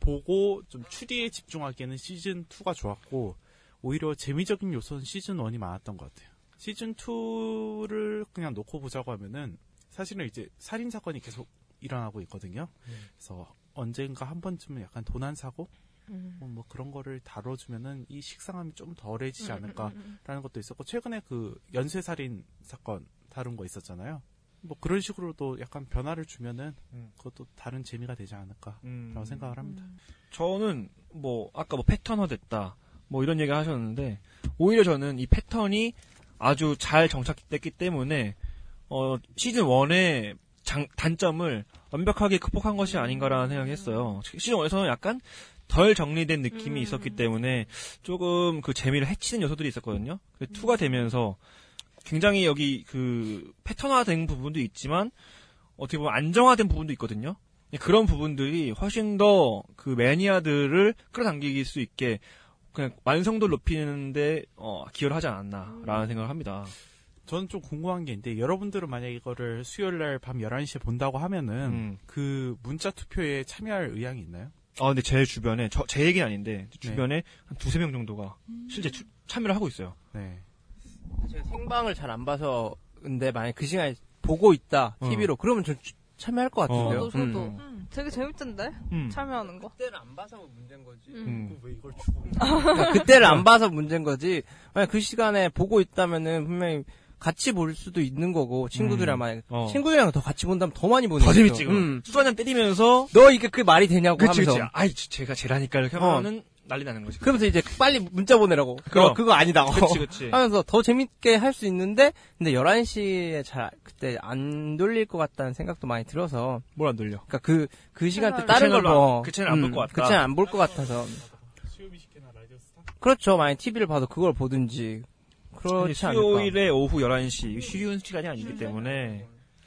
B: 보고 좀 추리에 집중하기에는 시즌 2가 좋았고 오히려 재미적인 요소는 시즌 1이 많았던 것 같아요. 시즌 2를 그냥 놓고 보자고 하면은 사실은 이제 살인 사건이 계속 일어나고 있거든요. 그래서 언젠가 한 번쯤은 약간 도난 사고
F: 음.
B: 뭐, 뭐 그런 거를 다뤄주면은 이 식상함이 좀 덜해지지
F: 음, 음,
B: 않을까라는 것도 있었고 최근에 그 연쇄 살인 사건 다룬 거 있었잖아요. 뭐 그런 식으로도 약간 변화를 주면은
D: 음.
B: 그것도 다른 재미가 되지 않을까라고 생각을 합니다.
D: 저는 뭐 아까 뭐 패턴화됐다 뭐 이런 얘기 하셨는데 오히려 저는 이 패턴이 아주 잘 정착됐기 때문에 어 시즌 1의 장, 단점을 완벽하게 극복한 것이 아닌가라는 생각이 했어요. 시즌 1에서는 약간 덜 정리된 느낌이 있었기 때문에 조금 그 재미를 해치는 요소들이 있었거든요. 2가 되면서 굉장히 여기 그 패턴화된 부분도 있지만 어떻게 보면 안정화된 부분도 있거든요. 그런 부분들이 훨씬 더 그 매니아들을 끌어당길 수 있게 그냥 완성도 를 높이는데 어, 기여를 하지 않았나라는 생각을 합니다.
B: 저는 좀 궁금한 게 있는데 여러분들은 만약 이거를 수요일 날 밤 11시에 본다고 하면은
D: 음.
B: 그 문자 투표에 참여할 의향이 있나요?
D: 아 근데 제 주변에 저, 제 얘기는 아닌데 주변에 한 두세 명 정도가 실제 추- 참여를 하고 있어요.
G: 음. 제가 생방을 잘 안 봐서 근데 만약 그 시간에 보고 있다 TV로 그러면 전 참여할 것 같은데요.
D: 저도, 저도.
G: 어. 음.
F: 되게 재밌던데
D: 어. 음.
F: 참여하는 거.
M: 그때는 안 봐서 문제인 거지.
G: 음.
B: 왜 이걸 주고?
G: 그러니까 그때를 안 봐서 문제인 거지. 만약 그 시간에 보고 있다면은 분명히 같이 볼 수도 있는 거고 친구들이랑
D: 음.
G: 만약
D: 어.
G: 친구들이랑 더 같이 본다면 더 많이 보는
D: 더
G: 거죠.
D: 재밌지 그럼.
G: 음.
D: 술 한잔 때리면서
G: 너 이게 그 말이 되냐고
D: 그치
G: 하면서.
D: 그치 아이 저- 제가 제라니까 이렇게
G: 어.
D: 하면은 난리 나는 거지
G: 그러면서 이제 빨리 문자 보내라고.
D: 그럼.
G: 어, 그거 아니다. 어.
D: 그치, 그치.
G: 하면서 더 재밌게 할 수 있는데 근데 11시에 잘 그때 안 돌릴 것 같다는 생각도 많이 들어서
D: 뭘 안 돌려
G: 그러니까 그 그 시간 때
D: 채널을-
G: 다른
D: 그 채널로
G: 걸로
D: 안- 그 채널 안볼것 같다.
G: 그 채널 안 볼 것 같아서.
B: 수요미 시키나 라디오스타?
G: 그렇죠. 만약 TV를 봐도 그걸 보든지
D: 근데
G: 그렇지 않을까.
D: 어, 수요일에 오후 11시 쉬운 시간이 아니기 때문에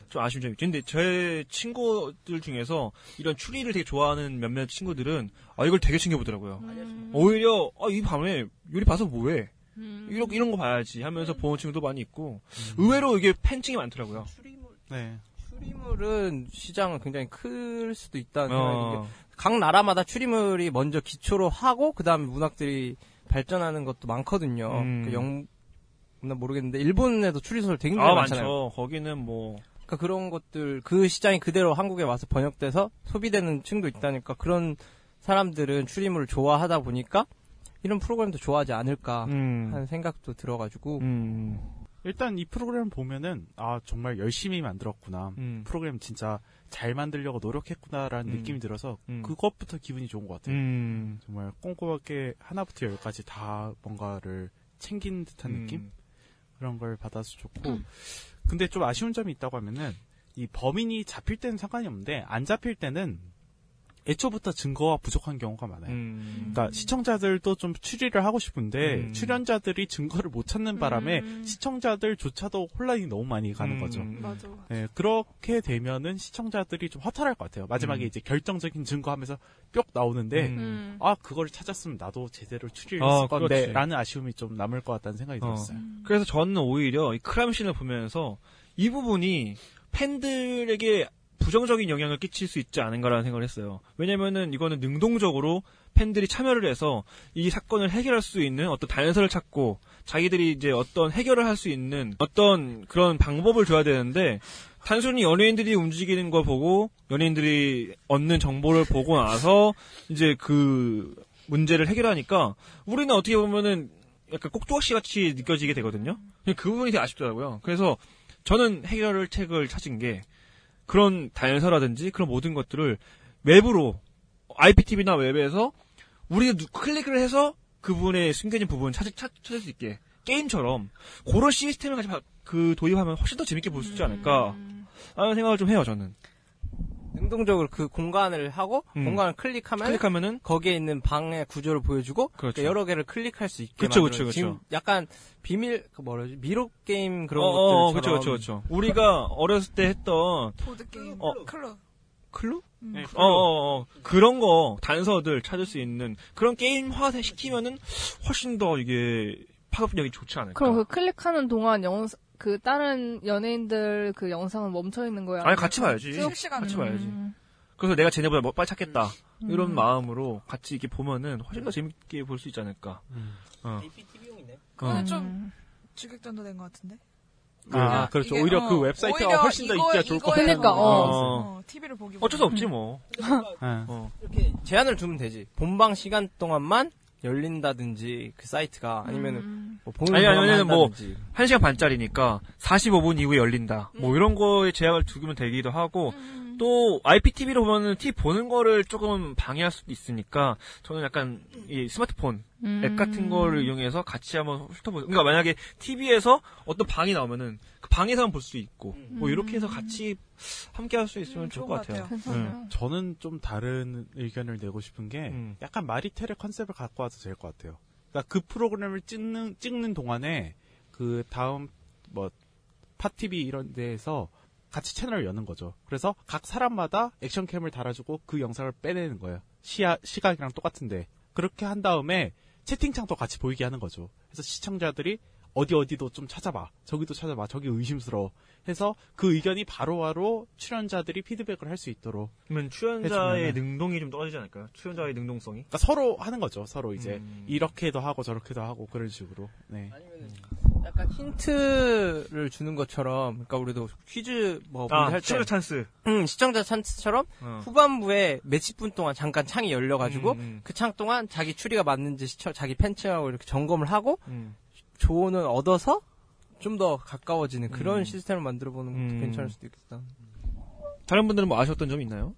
D: 좀 아쉬운 점이 있죠. 근데 제 친구들 중에서 이런 추리를 되게 좋아하는 몇몇 친구들은 아 이걸 되게 챙겨보더라고요.
F: 음.
D: 오히려 아, 이 밤에 요리 봐서 뭐해?
F: 음.
D: 이런 이런 거 봐야지 하면서 보는 친구도 많이 있고 의외로 이게 팬층이 많더라고요.
B: 음. 네.
G: 추리물은 시장은 굉장히 클 수도 있다는 생각이
D: 어.
G: 이게 각 나라마다 추리물이 먼저 기초로 하고 그다음에 문학들이 발전하는 것도 많거든요.
D: 음.
G: 그 영, 난 모르겠는데 일본에도 추리소설 되게
D: 아
G: 많잖아요.
D: 많죠. 거기는 뭐
G: 그러니까 그런 것들 그 시장이 그대로 한국에 와서 번역돼서 소비되는 층도 있다니까 그런 사람들은 추리물을 좋아하다 보니까 이런 프로그램도 좋아하지 않을까
D: 음.
G: 하는 생각도 들어가지고
D: 음.
B: 일단 이 프로그램 보면은 아 정말 열심히 만들었구나.
D: 음.
B: 프로그램 진짜 잘 만들려고 노력했구나라는
D: 음.
B: 느낌이 들어서
D: 음.
B: 그것부터 기분이 좋은 것 같아요.
D: 음.
B: 정말 꼼꼼하게 하나부터 열까지 다 뭔가를 챙긴 듯한
D: 음.
B: 느낌 그런 걸 받아서 좋고 근데 좀 아쉬운 점이 있다고 하면은 이 범인이 잡힐 때는 상관이 없는데 안 잡힐 때는 애초부터 증거가 부족한 경우가 많아요.
D: 음.
B: 그러니까 시청자들도 좀 추리를 하고 싶은데
D: 음.
B: 출연자들이 증거를 못 찾는 바람에 시청자들조차도 혼란이 너무 많이 가는
D: 음.
B: 거죠.
F: 맞아.
B: 네, 그렇게 되면은 시청자들이 좀 허탈할 것 같아요. 마지막에
D: 음.
B: 이제 결정적인 증거하면서 뿅 나오는데
F: 음.
B: 아 그걸 찾았으면 나도 제대로 추리를
D: 아,
B: 했을
D: 그렇지.
B: 건데라는 아쉬움이 좀 남을 것 같다는 생각이
D: 어.
B: 들었어요.
D: 그래서 저는 오히려 이 크람씬을 보면서 이 부분이 팬들에게 부정적인 영향을 끼칠 수 있지 않은가라는 생각을 했어요. 왜냐면은 이거는 능동적으로 팬들이 참여를 해서 이 사건을 해결할 수 있는 어떤 단서를 찾고 자기들이 이제 어떤 해결을 할 수 있는 어떤 그런 방법을 줘야 되는데 단순히 연예인들이 움직이는 걸 보고 연예인들이 얻는 정보를 보고 나서 이제 그 문제를 해결하니까 우리는 어떻게 보면은 약간 꼭두각시 같이 느껴지게 되거든요. 근데 그 부분이 되게 아쉽더라고요. 그래서 저는 해결을 책을 찾은 게 그런 단서라든지 그런 모든 것들을 웹으로 IPTV나 웹에서 우리가 누- 클릭을 해서 그분의 숨겨진 부분 찾을 찾- 찾을 수 있게 게임처럼 그런 시스템을 같이 바- 그 도입하면 훨씬 더 재밌게 볼 수 있지 않을까 하는 생각을 좀 해요 저는
G: 능동적으로 그 공간을 하고
D: 음.
G: 공간을 클릭하면
D: 클릭하면은
G: 거기에 있는 방의 구조를 보여주고
D: 그렇죠.
G: 그러니까 여러 개를 클릭할 수 있게
D: 그쵸,
G: 만들어요.
D: 그쵸, 그쵸.
G: 지금 약간 비밀 그 뭐라지 미로 게임 그런
D: 어, 어, 어,
G: 것들처럼
D: 그쵸, 그쵸, 그쵸. 우리가 어렸을 때 했던
H: 보드 게임,
D: 어.
H: 클럽.
D: 클루?
H: 음.
B: 네,
D: 어, 어, 어. 그런 거 단서들 찾을 수 있는 그런 게임화 시키면은 훨씬 더 이게 파급력이 좋지 않을까.
F: 그럼 그 클릭하는 동안 영, 그 다른 연예인들 그 영상은 멈춰 있는 음. 거야?
D: 아니 같이
B: 예.
D: 봐야지.
H: 실시간
D: 같이 봐야지. 그래서 내가 쟤네보다 뭐 빨리 찾겠다 이런 마음으로 같이 이렇게 보면은 훨씬 더 재밌게 볼 수 있지 않을까. 어.
M: IPTV용이네.
H: 그거는
D: 어.
H: 좀 주객전도 된 것 같은데.
B: 음. 아,
H: 그러니까
B: 그렇죠.
H: 이게,
B: 오히려
H: 어,
B: 그 웹사이트가
H: 오히려
B: 훨씬 더
H: 이거-
B: 인기가 좋을 것
H: 이거에
B: 같아요.
F: 같아요. 그러니까,
D: 어.
H: TV를 보기.
D: 어쩔 수 없지 뭐.
B: 예.
D: 어.
M: 이렇게
G: 제한을 두면 되지. 본방 시간 동안만 열린다든지 그 사이트가 아니면은 뭐 보는
D: 아니,
G: 동안만
D: 아니면은 뭐-
G: 한다든지.
D: 1시간 반짜리니까 45분 이후에 열린다. 뭐 이런 거에 제약을 두면 되기도 하고 또 IPTV로 보면은 TV 보는 거를 조금 방해할 수도 있으니까 저는 약간 이 스마트폰
F: 음.
D: 앱 같은 거를 이용해서 같이 한번 훑어보세요. 그러니까 만약에 TV에서 어떤 방이 나오면은 그 방에서만 볼 수 있고 뭐 이렇게 해서 같이 함께 할 수
H: 음,
D: 있으면 음, 좋을 것 같아요.
F: 괜찮아요.
B: 저는 좀 다른 의견을 내고 싶은 게
D: 음.
B: 약간 마리텔의 컨셉을 갖고 와도 될 것 같아요. 그러니까 그 프로그램을 찍는 찍는 동안에 그 다음 뭐 팟티비 이런 데에서 같이 채널을 여는 거죠. 그래서 각 사람마다 액션캠을 달아주고 그 영상을 빼내는 거예요. 시야 시각이랑 똑같은데 그렇게 한 다음에 채팅창도 같이 보이게 하는 거죠. 그래서 시청자들이 어디 어디도 좀 찾아봐, 저기도 찾아봐, 저기 의심스러워 해서 그 의견이 바로바로 출연자들이 피드백을 할 수 있도록
D: 그러면
B: 해주면은.
D: 출연자의 능동이 좀 떨어지지 않을까요? 출연자의 능동성이?
B: 그러니까 서로 하는 거죠. 서로 이제
D: 음.
B: 이렇게도 하고 저렇게도 하고 그런 식으로. 네.
M: 아니면
G: 약간 힌트를 주는 것처럼, 그러니까 우리도 퀴즈 뭐
D: 아,
G: 할 때,
D: 시청자 찬스.
G: 음, 시청자 찬스처럼
D: 어.
G: 후반부에 몇십 분 동안 잠깐 창이 열려가지고
D: 음, 음.
G: 그 창 동안 자기 추리가 맞는지 시청, 자기 팬층하고 이렇게 점검을 하고
D: 음.
G: 조언을 얻어서 좀 더 가까워지는 그런 시스템을 만들어 보는 것도
D: 음.
G: 괜찮을 수도 있겠다.
D: 다른 분들은 뭐 아셨던 점 있나요?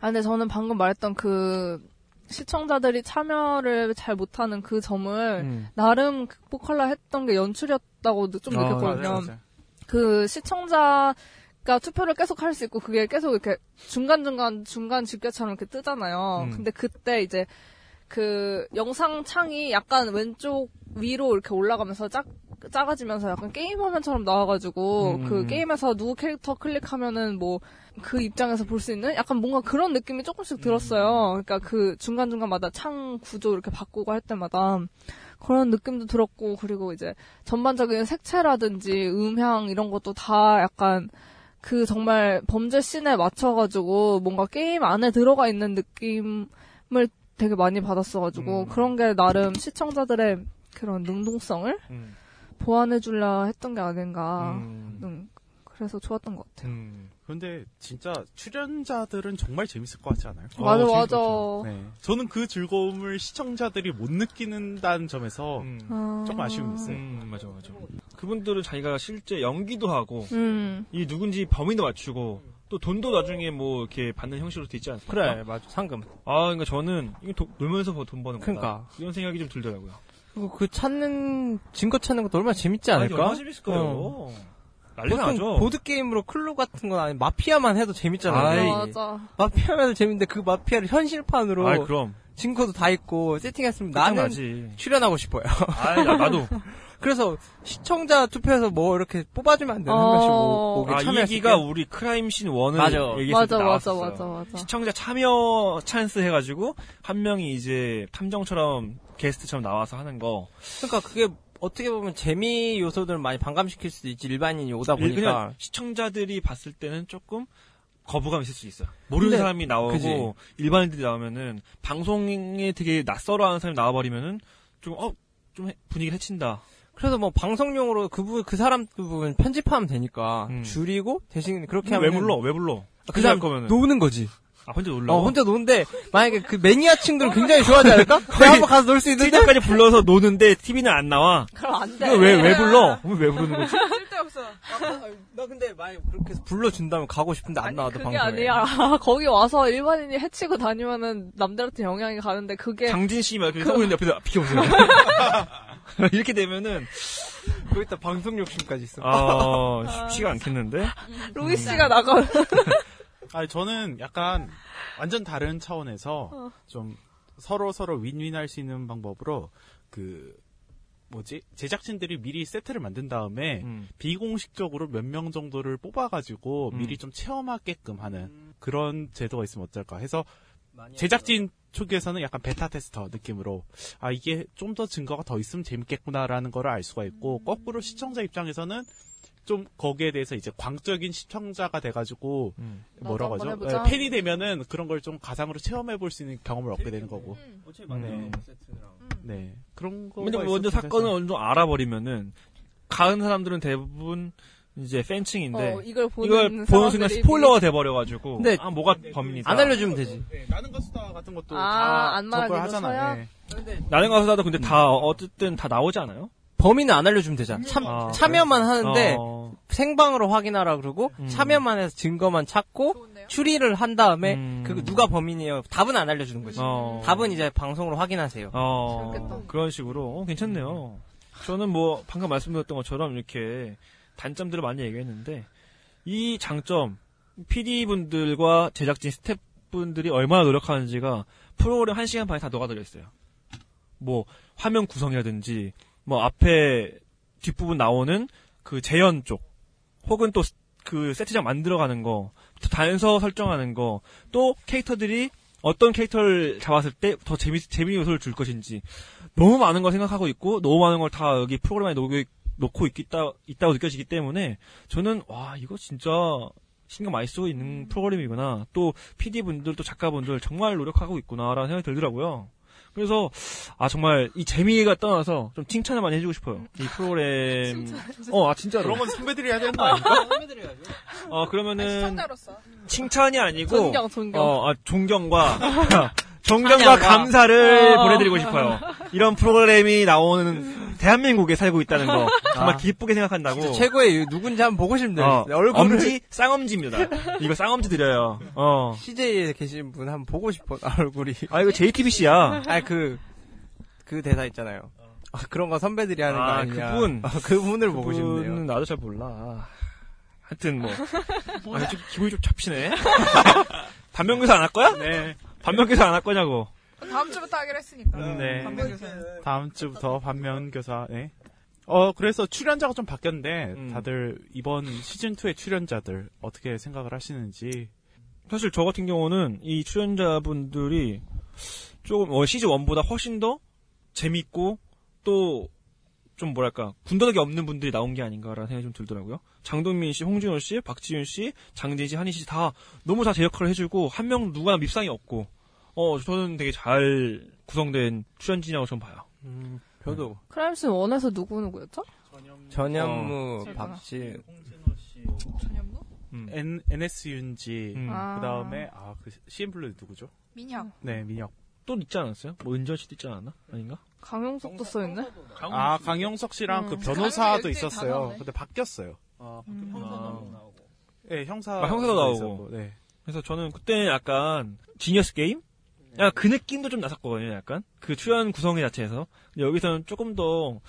F: 아, 근데 저는 방금 말했던 그 시청자들이 참여를 잘 못하는 그 점을
D: 음.
F: 나름 극복하려 했던 게 연출이었다고 느- 좀
D: 아,
F: 느꼈거든요.
D: 맞아요, 맞아요.
F: 그 시청자가 투표를 계속 할 수 있고 그게 계속 이렇게 중간중간 중간 집계처럼 이렇게 뜨잖아요.
Q: 음.
F: 근데 그때 이제 그 영상 창이 약간 왼쪽 위로 이렇게 올라가면서 작, 작아지면서 약간 게임 화면처럼 나와가지고
Q: 음.
F: 그 게임에서 누구 캐릭터 클릭하면은 뭐 그 입장에서 볼 수 있는 약간 뭔가 그런 느낌이 조금씩
Q: 음,
F: 들었어요. 그러니까 그 중간중간마다 창 구조 이렇게 바꾸고 할 때마다 그런 느낌도 들었고 그리고 이제 전반적인 색채라든지 음향 이런 것도 다 약간 그 정말 범죄 씬에 맞춰가지고 뭔가 게임 안에 들어가 있는 느낌을 되게 많이 받았어가지고 그런 게 나름 시청자들의 그런 능동성을
D: 음.
F: 보완해주려 했던 게 아닌가. 음, 그래서 좋았던 것 같아요.
B: 근데 진짜 출연자들은 정말 재밌을 것 같지 않아요?
D: 어,
F: 맞아, 맞아.
B: 네. 저는 그 즐거움을 시청자들이 못 느끼는다는 점에서
G: 음,
B: 조금 아쉬움이 있어요.
D: 어, 음, 맞아, 맞아. 그분들은 자기가 실제 연기도 하고,
F: 음.
D: 이 누군지 범인도 맞추고, 또 돈도 나중에 뭐 이렇게 받는 형식으로 돼 있지 않습니까?
G: 그래, 맞아. 상금.
D: 아, 그러니까 저는 이거 도- 놀면서 돈 버는 거다.
G: 그러니까.
D: 이런 생각이 좀 들더라고요.
G: 그리고 그 찾는 증거 찾는 것도 얼마나 재밌지 않을까?
D: 아니, 얼마나 재밌을 거예요.
G: 어.
D: 난리
G: 보통
D: 나죠.
G: 보드 게임으로 클로 같은 건 아니 마피아만 해도 재밌잖아요.
F: 네.
G: 네.
D: 아이. 맞아.
G: 마피아만 해도 재밌는데 그 마피아를 현실판으로
D: 아이, 그럼.
G: 증거도 다 있고 세팅했으면 나는
D: 끝장나지.
G: 출연하고 싶어요.
D: 아이, 나- 나도.
G: 그래서 시청자 투표에서 뭐 이렇게 뽑아주면 안 되나 한
D: 어.
G: 명씩 오- 오게
D: 아, 이
G: 참여할 수
D: 얘기가
G: 있게?
D: 우리 크라임씬 원을
G: 맞아.
D: 얘기했을 때
G: 맞아, 맞아,
D: 나왔었어요.
G: 맞아,
F: 맞아.
D: 시청자 참여 찬스 해가지고 한 명이 이제 탐정처럼 게스트처럼 나와서 하는 거.
G: 그러니까 그게 어떻게 보면 재미 요소들을 많이 반감시킬 수도 있지 일반인이 오다
D: 일-
G: 보니까
D: 예, 그냥 시청자들이 봤을 때는 조금 거부감 있을 수 있어요. 모르는
G: 근데-
D: 사람이 나오고
G: 그지.
D: 일반인들이 나오면은 방송에 되게 낯설어하는 사람이 나와버리면은 좀 어. 좀 해- 분위기를 해친다.
G: 그래서 뭐 방송용으로 그분 그 사람 그 부분 편집하면 되니까 줄이고 대신 음. 그렇게 하면
D: 왜 불러? 왜 불러?
G: 그 사람
D: 그냥 거면은.
G: 노는 거지.
D: 아 혼자 놀라.
G: 어, 혼자 노는데 만약에 그 매니아층들은 굉장히 좋아하지 않을까? 내가 한번 가서 놀 수 있는데
D: TV까지 불러서 노는데 TV는 안 나와.
F: 그럼 안 돼.
D: 이거 왜, 왜 불러? 그럼 왜 부르는 거지?
F: 쓸데없어.
G: 나 근데 만약 그렇게 해서 불러준다면 가고 싶은데 안 나와도
F: 그게
G: 방송에.
F: 아니야. 거기 와서 일반인이 해치고 다니면은 남들한테 영향이 가는데 네. 그게
D: 장진 씨 말고 서고 있는 옆에서 아, 비켜보세요. 이렇게 되면은
G: 거기다 방송 욕심까지 있어.
D: 아 쉽지가 않겠는데.
F: 로이
D: 음.
F: 씨가 나가.
B: 아니 저는 약간 완전 다른 차원에서
F: 어.
B: 좀 서로 서로 윈윈할 수 있는 방법으로 그 뭐지 제작진들이 미리 세트를 만든 다음에 비공식적으로 몇 명 정도를 뽑아가지고 미리 좀 체험하게끔 하는 그런 제도가 있으면 어떨까 해서 제작진 쪽에서는 약간 베타 테스터 느낌으로 아 이게 좀 더 증거가 더 있으면 재밌겠구나라는 걸 알 수가 있고 거꾸로 시청자 입장에서는 좀 거기에 대해서 이제 광적인 시청자가 돼가지고 뭐라고
M: 나도
B: 하죠?
M: 한번 해보자.
B: 네, 팬이 되면은 그런 걸 좀 가상으로 체험해 볼 수 있는 경험을 얻게 되는 거고.
F: 음.
B: 네. 네. 그런 거.
D: 먼저,
F: 뭐
D: 먼저 사건을 어느 정도 알아버리면은 가는 사람들은 대부분 이제 팬층인데
F: 어, 이걸 보는
D: 네. 순간
F: 사람들이 뭐
D: 스포일러가
F: 미리-
D: 돼버려가지고
G: 근데
D: 아 뭐가 범인이다.
G: 안 알려주면 되지.
B: 네, 나는 것 수다 같은 것도
F: 아, 안
B: 다 덮을
F: 말하기로 서야?
B: 하잖아요. 네.
D: 나는 가서 나도 근데 다 어쨌든 다 나오지 않아요?
G: 범인은 안 알려주면 되잖아. 참,
D: 아,
G: 참여만
D: 그래요?
G: 하는데
D: 어.
G: 생방으로 확인하라 그러고 참여만 해서 증거만 찾고 추리를 한 다음에 그 누가 범인이에요 답은 안 알려주는 거지.
D: 어.
G: 답은 이제 방송으로 확인하세요.
D: 어, 그런 식으로 어, 괜찮네요. 저는 뭐 방금 말씀드렸던 것처럼 이렇게 단점들을 많이 얘기했는데 이 장점 PD 분들과 제작진 스태프 분들이 얼마나 노력하는지가 프로그램 1 시간 반에 다 녹아들어 있어요. 뭐 화면 구성이라든지 뭐 앞에 뒷부분 나오는 그 재현 쪽 혹은 또 그 세트장 만들어가는 거, 또 단서 설정하는 거, 또 캐릭터들이 어떤 캐릭터를 잡았을 때 더 재미 재미 요소를 줄 것인지 너무 많은 걸 생각하고 있고 너무 많은 걸 다 여기 프로그램에 녹여 놓고 있겠다 있다고 느껴지기 때문에 저는 와 이거 진짜 신경 많이 쓰고 있는
H: 음.
D: 프로그램이구나 또 PD 분들 또 작가 분들 정말 노력하고 있구나라는 생각이 들더라고요. 그래서 아 정말 이 재미가 떠나서 좀 칭찬을 많이 해주고 싶어요. 이 프로그램. 어, 아 진짜로.
B: 그런 건 선배들이 해야 되는 거 아닌가?
D: 선배들이야죠. 어 그러면은
H: 아, 시청자로서.
D: 칭찬이 아니고
F: 존경, 존경.
D: 어, 아, 존경과 존경과
F: 찬양과.
D: 감사를
F: 어.
D: 보내드리고 싶어요. 이런 프로그램이 나오는 대한민국에 살고 있다는 거 정말
G: 아.
D: 기쁘게 생각한다고.
G: 진짜 최고의 누군지 한번 보고 싶네요.
D: 어,
G: 얼굴을
D: 엄지 쌍엄지입니다. 이거 쌍엄지 드려요. 어.
G: CJ에 계신 분 한번 보고 싶어 나 얼굴이.
D: 아 이거 JTBC야.
G: 아그그 대사 있잖아요. 아, 그런 거 선배들이 하는 거
D: 아,
G: 아니야.
D: 그분.
G: 아, 그분을 보고 싶네요.
D: 그분은 나도 잘 몰라. 하여튼 뭐. 아, 좀 기분이 좀 잡히네. 반면교사 안 할 거야? 네. 반면교사 안 할 거냐고.
H: 다음 주부터 하기로 했으니까. 음,
B: 네.
H: 반면교사.
B: 다음 주부터 반면 교사. 네. 어 그래서 출연자가 좀 바뀌었는데
D: 음.
B: 다들 이번 시즌 2의 출연자들 어떻게 생각을 하시는지
D: 사실 저 같은 경우는 이 출연자분들이 조금 어, 시즌 1보다 훨씬 더 재밌고 또 좀 뭐랄까 군더더기 없는 분들이 나온 게 아닌가라는 생각이 좀 들더라고요. 장동민 씨, 홍준호 씨, 박지윤 씨, 장진 씨, 한희 씨 다 너무 다 제 역할을 해주고 한 명 누구나 밉상이 없고 어 저는 되게 잘 구성된 출연진이라고 저는 봐요.
G: 음,
D: 네.
G: 저도
F: 크라임스 원에서 누구 누구였죠?
G: 전현무,
F: 어.
G: 박지,
B: N S 윤지
F: 아.
B: 그다음에 아그 CM 블루 누구죠?
H: 민혁.
B: 네 민혁.
D: 또 있지 않았어요? 뭐 은전 씨도 있지 않았나? 아닌가?
F: 강용석도 써있네.
B: 아 강영석
F: 음.
B: 씨랑 그
F: 강영석
B: 변호사도
F: 일주일 다
B: 있었어요.
F: 나오네.
B: 근데 바뀌었어요.
G: 아.
B: 네 형사.
D: 아, 형사도 나오고.
B: 있었고, 네.
D: 그래서 저는 그때 약간 지니어스 게임?
F: 네.
D: 약간 그 느낌도 좀 났었거든요, 약간. 그 출연 구성의 자체에서. 근데 여기서는 조금 더,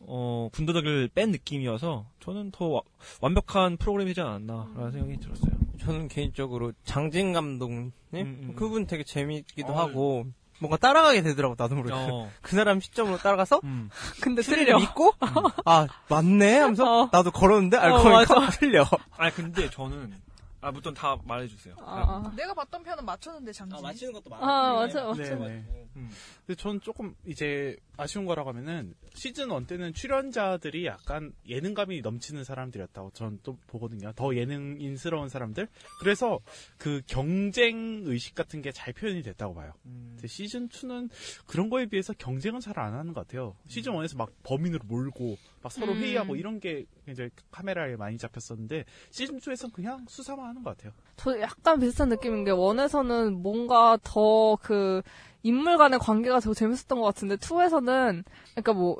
D: 어, 군더더기를 뺀 느낌이어서 저는 더 와- 완벽한 프로그램이지 않았나라는 생각이 들었어요.
G: 저는 개인적으로 장진 감독님
D: 음.
G: 그분 되게 재밌기도
D: 어.
G: 하고 뭔가 따라가게 되더라고 나도 모르게
D: 어.
G: 그 사람 시점으로 따라가서
D: 음.
F: 근데
G: 틀려
F: 틀려.
G: 믿고 아 맞네 하면서 나도 걸었는데 알고
F: 어,
G: 보니까 틀려
D: 아, 근데 저는, 아, 무튼 다 말해주세요.
F: 아,
H: 내가 봤던 편은 맞췄는데 장진.
M: 맞히는 것도 많아.
F: 아 맞아 맞아.
B: 네네.
D: 음.
B: 근데 전 조금 이제 아쉬운 거라고 하면은 시즌 1 때는 출연자들이 약간 예능감이 넘치는 사람들이었다고 전 또 보거든요. 더 예능인스러운 사람들. 그래서 그 경쟁 의식 같은 게 잘 표현이 됐다고 봐요.
D: 음.
B: 근데 시즌 2는 그런 거에 비해서 경쟁은 잘 안 하는 것 같아요. 시즌 1에서 막 범인으로 몰고 막 서로
F: 음.
B: 회의하고 이런 게 굉장히 카메라에 많이 잡혔었는데 시즌 2에서는 그냥 수사만 하는 것 같아요.
F: 저 약간 비슷한 느낌인 게 원에서는 뭔가 더 그 인물 간의 관계가 더 재밌었던 것 같은데 투에서는 그러니까 뭐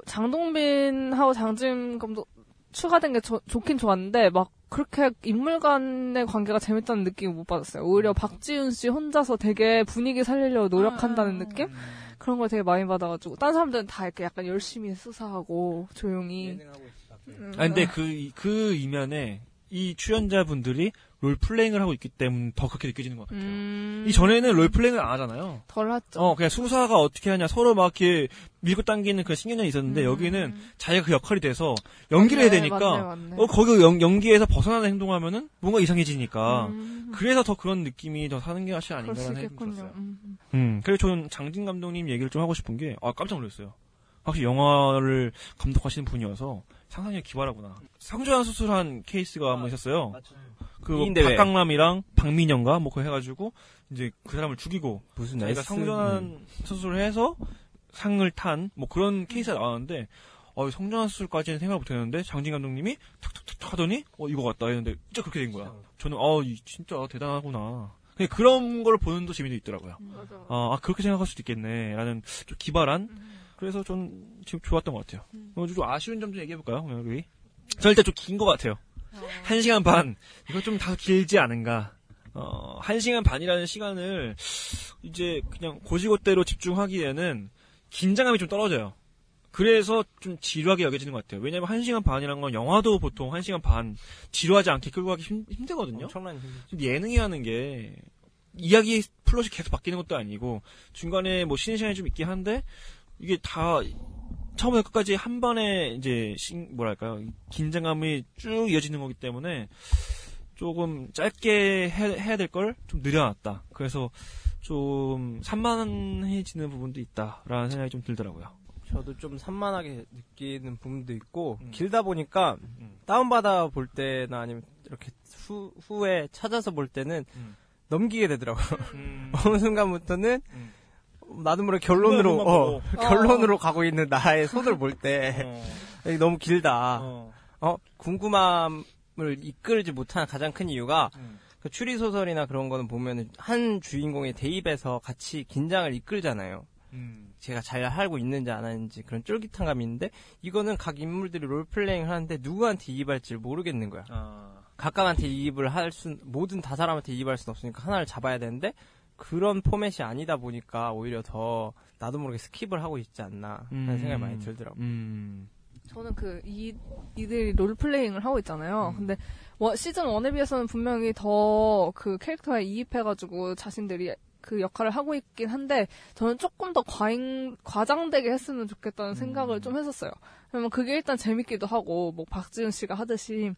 F: 장동민하고 장진 감독 추가된 게 저- 좋긴 좋았는데 막 그렇게 인물 간의 관계가 재밌다는 느낌을 못 받았어요. 오히려 박지윤 씨 혼자서 되게 분위기 살리려고 노력한다는
H: 음.
F: 느낌? 그런 걸 되게 많이 받아가지고 딴 사람들은 다 이렇게 약간 열심히 수사하고 조용히
H: 음,
D: 아, 근데 그, 그 이면에 이 출연자분들이 롤플레잉을 하고 있기 때문에 더 그렇게 느껴지는 것 같아요.
F: 음,
D: 이전에는 롤플레잉을 안 하잖아요.
F: 덜 했죠.
D: 어, 그냥 수사가 어떻게 하냐, 서로 막 이렇게 밀고 당기는 그런 신경전이 있었는데, 여기는 자기가 그 역할이 돼서 연기를 해야 되니까,
F: 음. 맞네, 맞네.
D: 어, 거기 연, 연기에서 벗어나는 행동하면은 뭔가 이상해지니까,
F: 음,
D: 그래서 더 그런 느낌이 더 사는 게 사실
F: 그럴 수
D: 아닌가라는 생각이
F: 있겠군요.
D: 들었어요.
F: 음.
D: 음, 그리고 저는 장진 감독님 얘기를 좀 하고 싶은 게, 아, 깜짝 놀랐어요. 확실히 영화를 감독하시는 분이어서 상상력이 기발하구나. 상주한 수술한 케이스가 한번 있었어요. 그
G: 이인 대회.
D: 박강남이랑 박민영과 뭐 그거 해가지고 이제 그 사람을 죽이고
G: 무슨
D: 자기가 성전환 수술을 해서 상을 탄 뭐 그런 케이스가 나왔는데 어, 성전환 수술까지는 생각 못했는데 장진 감독님이 탁탁탁 하더니 어 이거 같다 했는데 진짜 그렇게 된 거야. 저는 아 이- 진짜 대단하구나. 근데 그런 걸 보는 또 재미도 있더라고요.
F: 음.
D: 아, 아, 그렇게 생각할 수도 있겠네라는 좀 기발한 그래서 저는 지금 좋았던 것 같아요. 어, 좀 아쉬운 점 좀 얘기해 볼까요, 여기? 저 일단 좀 긴 것 같아요. 한 시간 반 이거 좀 다 길지 않은가? 어, 한 시간 반이라는 시간을 이제 그냥 고지고대로 집중하기에는 긴장감이 좀 떨어져요. 그래서 좀 지루하게 여겨지는 것 같아요. 왜냐면 한 시간 반이라는 건 영화도 보통 한 시간 반 지루하지 않게 끌고 가기 힘, 힘들거든요.
G: 엄청난 힘.
D: 지금 예능이라는 게 이야기 플롯이 계속 바뀌는 것도 아니고 중간에 뭐 쉬는 시간이 좀 있긴 한데 이게 다 처음부터 끝까지 한 번에 이제 신- 뭐랄까요 긴장감이 쭉 이어지는 거기 때문에 조금 짧게 해, 야 될 걸 좀 늘려놨다 그래서 좀 산만해지는 부분도 있다라는 생각이 좀 들더라고요.
G: 저도 좀 산만하게 느끼는 부분도 있고
D: 음.
G: 길다 보니까
D: 음.
G: 다운받아 볼 때나 아니면 이렇게 후, 후에 찾아서 볼 때는
D: 음.
G: 넘기게 되더라고요 어느 순간부터는
D: 음.
G: 나도 모르게 결론으로
D: 눈만
G: 어,
D: 보고.
G: 결론으로 가고 있는 나의 손을 볼 때
D: 어.
G: 너무 길다. 어. 궁금함을 이끌지 못한 가장 큰 이유가
D: 음,
G: 그 추리 소설이나 그런 거는 보면은 한 주인공의 대입에서 같이 긴장을 이끌잖아요.
D: 음.
G: 제가 잘 알고 있는지 안 하는지 그런 쫄깃한 감이 있는데 이거는 각 인물들이 롤플레잉을 하는데 누구한테 이입할지 를 모르겠는 거야.
D: 아.
G: 각각한테 이입을 할 순, 모든 다 사람한테 이입할 순 없으니까 하나를 잡아야 되는데 그런 포맷이 아니다 보니까 오히려 더 나도 모르게 스킵을 하고 있지 않나 하는
D: 음.
G: 아, 생각이 많이 들더라고.
F: 저는 그 이, 이들이 롤플레잉을 하고 있잖아요.
D: 음.
F: 근데 원- 시즌 1에 비해서는 분명히 더 그 캐릭터에 이입해가지고 자신들이 그 역할을 하고 있긴 한데 저는 조금 더 과잉, 과장되게 했으면 좋겠다는
D: 음.
F: 생각을 좀 했었어요. 왜냐면 그게 일단 재밌기도 하고 뭐 박지은 씨가 하듯이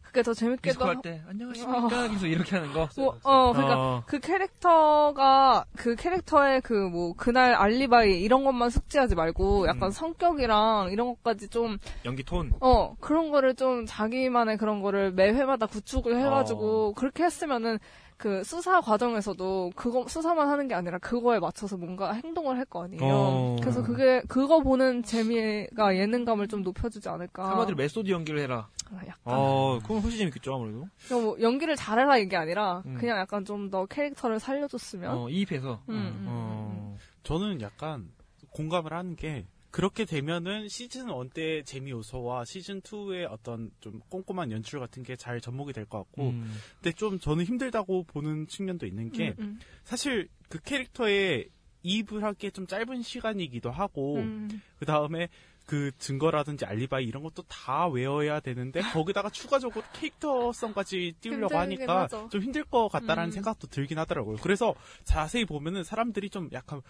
F: 그게 더 재밌기도
D: 미스코할
F: 하고
D: 때 안녕하십니까 계속 이렇게 하는 거.
F: 뭐, 어, 그러니까
D: 어.
F: 그 캐릭터가 그 캐릭터의 그 뭐 그날 알리바이 이런 것만 숙지하지
D: 음.
F: 말고 약간 성격이랑 이런 것까지 좀
D: 연기 톤.
F: 어, 그런 거를 좀 자기만의 그런 거를 매 회마다 구축을 해가지고
D: 어.
F: 그렇게 했으면은 그 수사 과정에서도 그거 수사만 하는 게 아니라 그거에 맞춰서 뭔가 행동을 할 거 아니에요.
D: 어.
F: 그래서 그게 그거 보는 재미가 예능감을 좀 높여주지
G: 아.
F: 않을까.
D: 한마디로 메소드 연기를 해라.
F: 아, 약간.
D: 어, 그건 훨씬 재밌겠죠 아무래도.
F: 그냥 뭐 연기를 잘해라 이게 아니라 그냥 약간 좀 더 캐릭터를 살려줬으면.
D: 음. 어, 이입해서.
F: 음, 음,
D: 어.
B: 저는 약간 공감을 하는 게 그렇게 되면은 시즌 1 때 재미 요소와 시즌 2의 어떤 좀 꼼꼼한 연출 같은 게 잘 접목이 될 것
D: 뭐
B: 같고 근데 좀 저는 힘들다고 보는 측면도 있는 게
D: 음, 음.
B: 사실 그 캐릭터에 이입을 하기에 좀 짧은 시간이기도 하고
F: 음.
B: 그 다음에 그 증거라든지 알리바이 이런 것도 다 외워야 되는데 거기다가 추가적으로 캐릭터성까지 띄우려고
D: 힘들긴
B: 하니까
D: 하죠.
B: 좀 힘들 것 같다라는
D: 음.
B: 생각도 들긴 하더라고요. 그래서 자세히 보면은 사람들이 좀 약간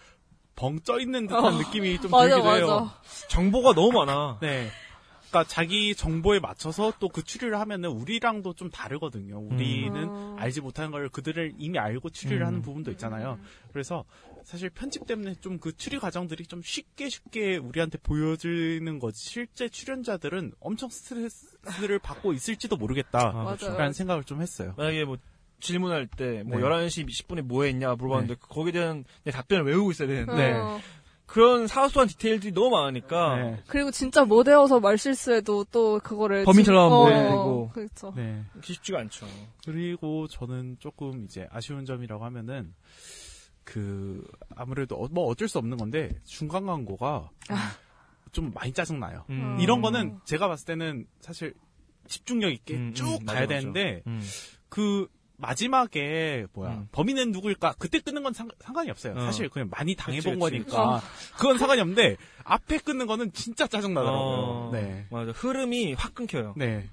B: 벙쪄 있는 듯한
D: 어.
B: 느낌이 좀
D: 맞아,
B: 들기도
D: 맞아.
B: 해요.
D: 정보가 너무 많아.
B: 네. 그러니까 자기 정보에 맞춰서 또 그 추리를 하면은 우리랑도 좀 다르거든요. 우리는 알지 못한 걸 그들을 이미 알고 추리를
D: 음.
B: 하는 부분도 있잖아요. 그래서 사실 편집 때문에 좀 그 추리 과정들이 좀 쉽게 쉽게 우리한테 보여지는 거지 실제 출연자들은 엄청 스트레스를 받고 있을지도
D: 맞아요.
B: 모르겠다라는 생각을 좀 했어요.
D: 만약에 뭐 질문할 때 뭐
B: 네.
D: 11시 20분에 뭐 했냐 물어봤는데 거기에 대한 내 답변을 외우고 있어야
B: 음.
D: 되는데
F: 어.
D: 그런 사소한 디테일들이 너무 많으니까
B: 네.
F: 그리고 진짜 못 외워서 말실수해도 또 그거를
D: 범인처럼
F: 진- 어,
D: 보이고.
F: 그렇죠.
B: 네.
D: 쉽지가 않죠.
B: 그리고 저는 조금 이제 아쉬운 점이라고 하면은 그 아무래도 어- 뭐 어쩔 수 없는 건데 중간 광고가 좀 많이 짜증 나요.
D: 음.
F: 어.
B: 이런 거는 제가 봤을 때는 사실 집중력 있게 쭉
D: 음, 맞아,
B: 가야
D: 맞아.
B: 되는데
D: 음.
B: 그 마지막에 뭐야 범인은 누구일까 그때 끊는 건 상, 관이 없어요.
D: 어.
B: 사실 그냥 많이 당해본
D: 그치, 그치,
B: 거니까
D: 그치.
B: 그건 상관이 없는데 앞에 끊는 거는 진짜 짜증 나더라고요.
D: 어,
B: 네.
D: 맞아. 흐름이 확 끊겨요. 어.
B: 네.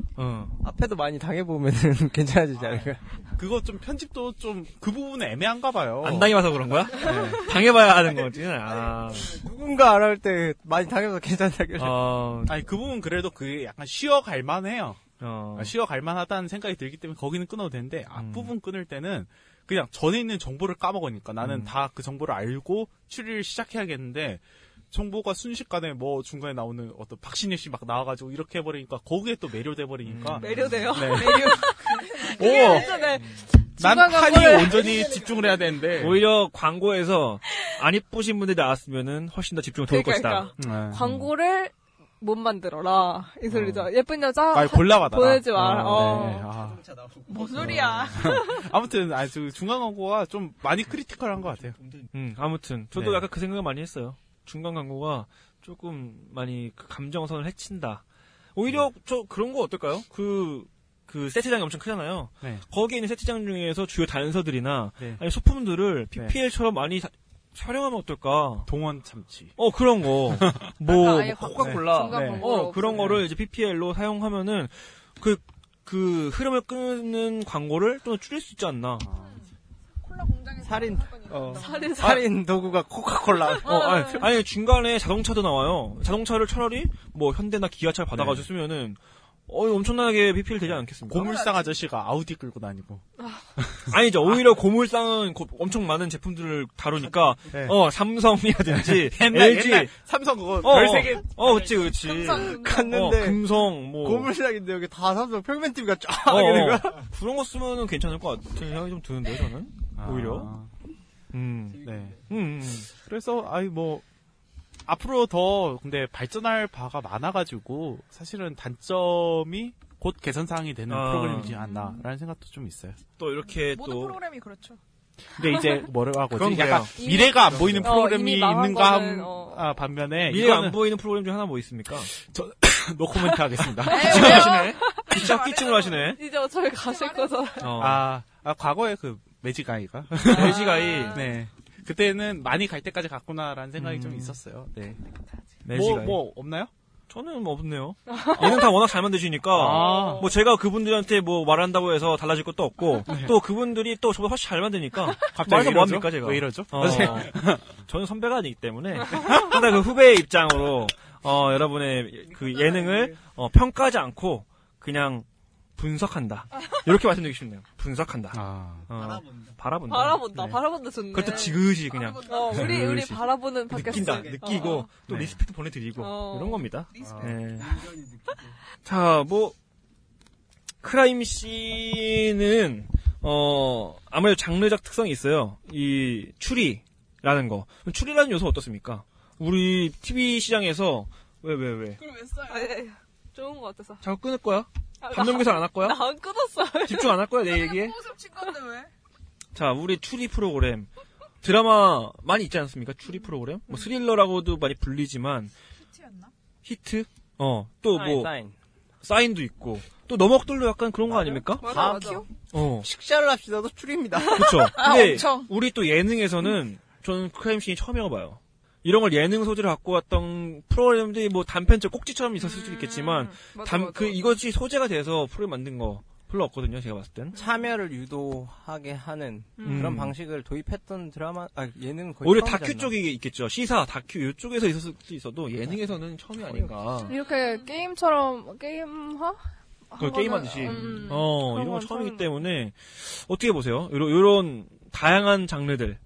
G: 앞에도 많이 당해보면은
D: 네.
G: 괜찮아지지 않을까.
B: 그거 좀 편집도 좀 그 부분 애매한가 봐요.
D: 안 당해봐서 그런
B: 네.
D: 거야? 네. 당해봐야 하는 거지. 아.
G: 누군가 알아올 때 많이 당해서 괜찮다길래.
D: 어,
B: 아니 그 부분 그래도 그 약간 쉬어갈 만해요. 아, 쉬어갈 만하다는 생각이 들기 때문에 거기는 끊어도 되는데 앞부분 끊을 때는 그냥 전에 있는 정보를 까먹으니까 나는 다 그 정보를 알고 추리를 시작해야겠는데 정보가 순식간에 뭐 중간에 나오는 어떤 박신혜 씨 막 나와가지고 이렇게 해버리니까 거기에 또 매료돼 버리니까
F: 매료돼요?
B: 매료. 오. 음. 난
F: 예, 네. 중간
B: 판이
F: 광고를-
B: 온전히 집중을 해야 되는데
D: 오히려 광고에서 안 이쁘신 분들이 나왔으면은 훨씬 더 집중이 될
F: 그러니까,
B: 네. 음.
D: 것이다.
F: 광고를 못 만들어라 이 소리죠. 예쁜 여자
B: 아니, 골라받아라.
F: 보내지 마라. 어.
B: 네, 아.
R: 뭔 소리야?
B: 아무튼 아저 중간 광고가 좀 많이 크리티컬한 것 같아요.
D: 음, 아무튼 저도
B: 네.
D: 약간 그 생각을 많이 했어요. 중간 광고가 조금 많이 그 감정선을 해친다. 오히려
B: 음.
D: 저 그런 거 어떨까요? 그, 그 세트장이 엄청 크잖아요.
B: 네.
D: 거기에 있는 세트장 중에서 주요 단서들이나
B: 네.
D: 아니 소품들을 PPL처럼 많이 사- 촬영하면 어떨까?
B: 동원 참치.
D: 어 그런 거. 뭐,
B: 아까 아예
D: 뭐 코카콜라.
F: 네.
B: 중간 광고로
D: 어 그런 거를 이제 PPL로 사용하면은 그 그 흐름을 끊는 광고를 좀 줄일 수 있지 않나.
G: 살인, 어.
F: 살인,
G: 살인 도구가 코카콜라.
D: 어, 아니,
H: 네.
D: 아니, 중간에 자동차도 나와요. 자동차를 차라리 뭐 현대나 기아차를 받아가지고 쓰면은 어 이거 엄청나게 PPL 되지 않겠습니까?
B: 고물상 아저씨가 아우디 끌고 다니고.
D: 아니죠. 오히려 고물상은 고- 엄청 많은 제품들을 다루니까
B: 네.
D: 어 삼성이라든지
B: 옛날,
D: LG
B: 옛날 삼성 그거
D: 어,
B: 별세 개.
D: 어, 그치, 그치.
G: 갔는데
D: 어, 금성, 뭐.
G: 고물상인데 여기 다 삼성 평면 TV가 쫙
D: 어,
G: 하게 된
D: 어.
G: 거야.
B: 아.
D: 그런 거 쓰면은 괜찮을 것 같은 생각이 좀 드는데요, 저는. 오히려.
B: 음. 네. 음. 그래서 아이 뭐 앞으로 더 근데 발전할 바가 많아가지고 사실은 단점이 곧 개선 사항이 되는
D: 아.
B: 프로그램이지 않나라는 생각도 좀 있어요.
D: 또 이렇게
H: 모든
D: 또
H: 프로그램이 그렇죠.
B: 근데 이제 뭐라고
D: 그건
B: 하지?
D: 그래요.
B: 약간 미래가 안
D: 이미-
B: 보이는
D: 어,
B: 프로그램이
D: 이미 망한
B: 있는가 함-
D: 거는, 어.
B: 아, 반면에
D: 미래 안
B: 이거는
D: 보이는 프로그램 중 하나 뭐 있습니까?
B: 저 노코멘트 하겠습니다.
D: 기침을 하시네. 진짜 기침을 하시네.
F: 이제 어차피 가실 거잖아.
D: 어.
B: 아, 아, 과거에 그 매직 아이가
D: 매직 아이.
B: 네 그때는 많이 갈 때까지 갔구나라는 생각이
D: 음.
B: 좀 있었어요. 네.
D: 매직
B: 뭐,
D: 아이.
B: 뭐 없나요?
D: 저는 뭐 없네요. 얘는 다 워낙 잘 만드시니까
B: 아.
D: 뭐 제가 그분들한테 뭐 말한다고 해서 달라질 것도 없고 또 그분들이 또 저보다 훨씬 잘 만드니까
B: 네.
D: 말해서
B: 갑자기 왜 이러죠?
D: 뭐합니까 제가
B: 왜 이러죠? 네.
D: 어, 저는 선배가 아니기 때문에 항상 그 후배의 입장으로 어, 여러분의 그 예능을 어, 평가하지 않고 그냥 분석한다 이렇게 말씀드리고 싶네요. 분석한다.
B: 아.
D: 어, 바라본다. 바라본다.
F: 바라본다. 바라본다 좋네.
D: 그것도 지그시 그냥
F: 어, 우리 우리
D: 지그시.
F: 바라보는 밖에서
D: 느낀다,
F: 이제.
D: 느끼고
F: 어.
B: 네.
D: 또 리스펙트 보내드리고
F: 어.
D: 이런 겁니다. 네. 자, 뭐 크라임 씨는 어 아무래도 장르적 특성이 있어요. 이 추리라는 거. 그럼 추리라는 요소 어떻습니까? 우리 TV 시장에서 왜 왜 왜?
F: 그럼 왜 써요? 아니, 아니, 좋은 거 같아서.
D: 자꾸 끊을 거야?
F: 아,
D: 감정
F: 나-
D: 교사 안할 거야?
F: 나 안 끊었어요.
D: 집중 안 할 거야 내 얘기에?
H: 웃음 친 건데 왜?
D: 자, 우리 추리 프로그램. 드라마 많이 있지 않습니까? 추리 프로그램? 뭐 스릴러라고도 많이 불리지만
H: 히트였나?
D: 히트? 어,
G: 아,
D: 또 뭐
G: 사인,
D: 도 있고 또 너먹돌로 약간 그런 거 아닙니까?
G: 맞아, 맞아.
D: 어.
G: 식사를 합시다도 추리입니다.
D: 그쵸.
G: 아,
D: 근데
G: 엄청.
D: 우리 또 예능에서는 저는 크라임 씬이 처음 해봐요. 이런 걸 예능 소재로 갖고 왔던 프로그램들이 뭐 단편적 꼭지처럼 있었을 수도 있겠지만
G: 음, 맞아,
D: 단-
G: 맞아.
D: 그 이것이 소재가 돼서 프로그램 만든 거 별로 없거든요. 제가 봤을 땐.
G: 참여를 유도하게 하는
D: 음.
G: 그런 방식을 도입했던 드라마, 아, 예능은 거의
D: 오히려
G: 처음이지
D: 다큐
G: 않나.
D: 쪽이 있겠죠. 시사, 다큐 이쪽에서 있었을 수도 있어도 예능에서는 처음이 아닌가.
F: 이렇게 게임처럼 게임화?
D: 그 게임 하듯이.
F: 음,
D: 어,
F: 그런
D: 이런 건
F: 건
D: 처음이기 때문에 어떻게 보세요? 이런, 이런 다양한 장르들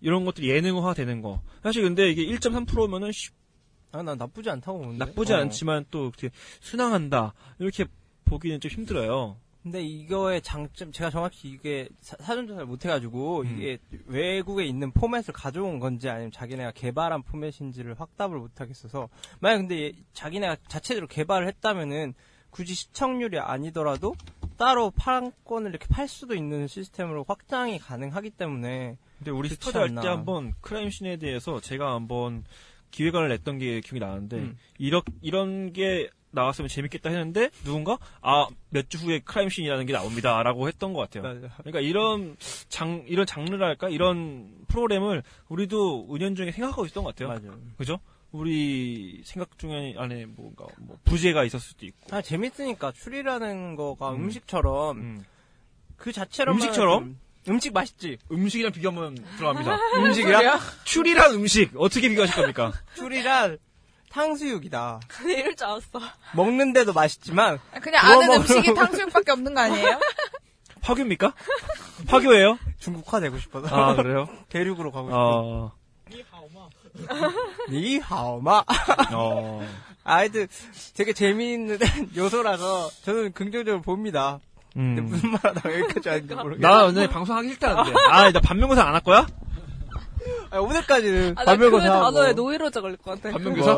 D: 이런 것들이 예능화 되는 거. 사실 근데 이게 1.3%면은
G: 아, 난 나쁘지 않다고 보는데.
D: 나쁘지
G: 어.
D: 않지만 또 이렇게 순항한다 이렇게 보기는 좀 힘들어요.
G: 근데 이거의 장점, 제가 정확히 이게 사, 사전조사를 못해가지고,
D: 음.
G: 이게 외국에 있는 포맷을 가져온 건지 아니면 자기네가 개발한 포맷인지를 확답을 못하겠어서, 만약 근데 얘- 자기네가 자체적으로 개발을 했다면은, 굳이 시청률이 아니더라도, 따로 판권을 이렇게 팔 수도 있는 시스템으로 확장이 가능하기 때문에.
D: 근데 우리
G: 그렇지
D: 스터디 할 때
G: 않나.
D: 한번 크라임 씬에 대해서 제가 한번 기획안을 냈던 게 기억이 나는데 이런 이런 게 나왔으면 재밌겠다 했는데 누군가 아 몇 주 후에 크라임 씬이라는 게 나옵니다라고 했던 것 같아요. 그러니까 이런 장 이런 장르랄까 이런 프로그램을 우리도 은연중에 생각하고 있었던 것 같아요. 그죠? 우리 생각 중에 안에 뭔가 뭐 부재가 있었을 수도 있고.
G: 아, 재밌으니까, 추리라는 거가
D: 음.
G: 음. 식처럼 그 자체로만.
D: 음식처럼?
G: 음식 맛있지?
D: 음식이랑 비교하면 들어갑니다.
G: 음식이야?
D: 추리랑 음식 어떻게 비교하실 겁니까?
G: 추리란 탕수육이다.
F: 근데 이럴 줄 알았어. 아,
G: 먹는데도 맛있지만
H: 그냥
G: 구워
H: 아는
D: 어.
G: 먹으면-
H: 음식이 탕수육밖에 없는 거 아니에요?
D: 파교입니까? 파교예요?
G: 중국화 되고 싶어서.
D: 아, 그래요?
G: 대륙으로 가고 싶어.
D: 어.
G: 니하오마.
D: 어.
G: 아이들 되게 재미있는 요소라서 저는 긍정적으로 봅니다.
B: 음.
G: 근데 무슨 말 하다가 여기까지 왔는지
H: 아,
G: 모르겠어요.
D: 음. 나 오늘 방송하기 싫다는데. 아, 나 반면고사 안 할 거야?
G: 아, 오늘까지는
F: 아, 나그
G: 반면고사 뭐. 하고.
F: 단어에 노이로자 걸릴 것 같아.
D: 반면교사?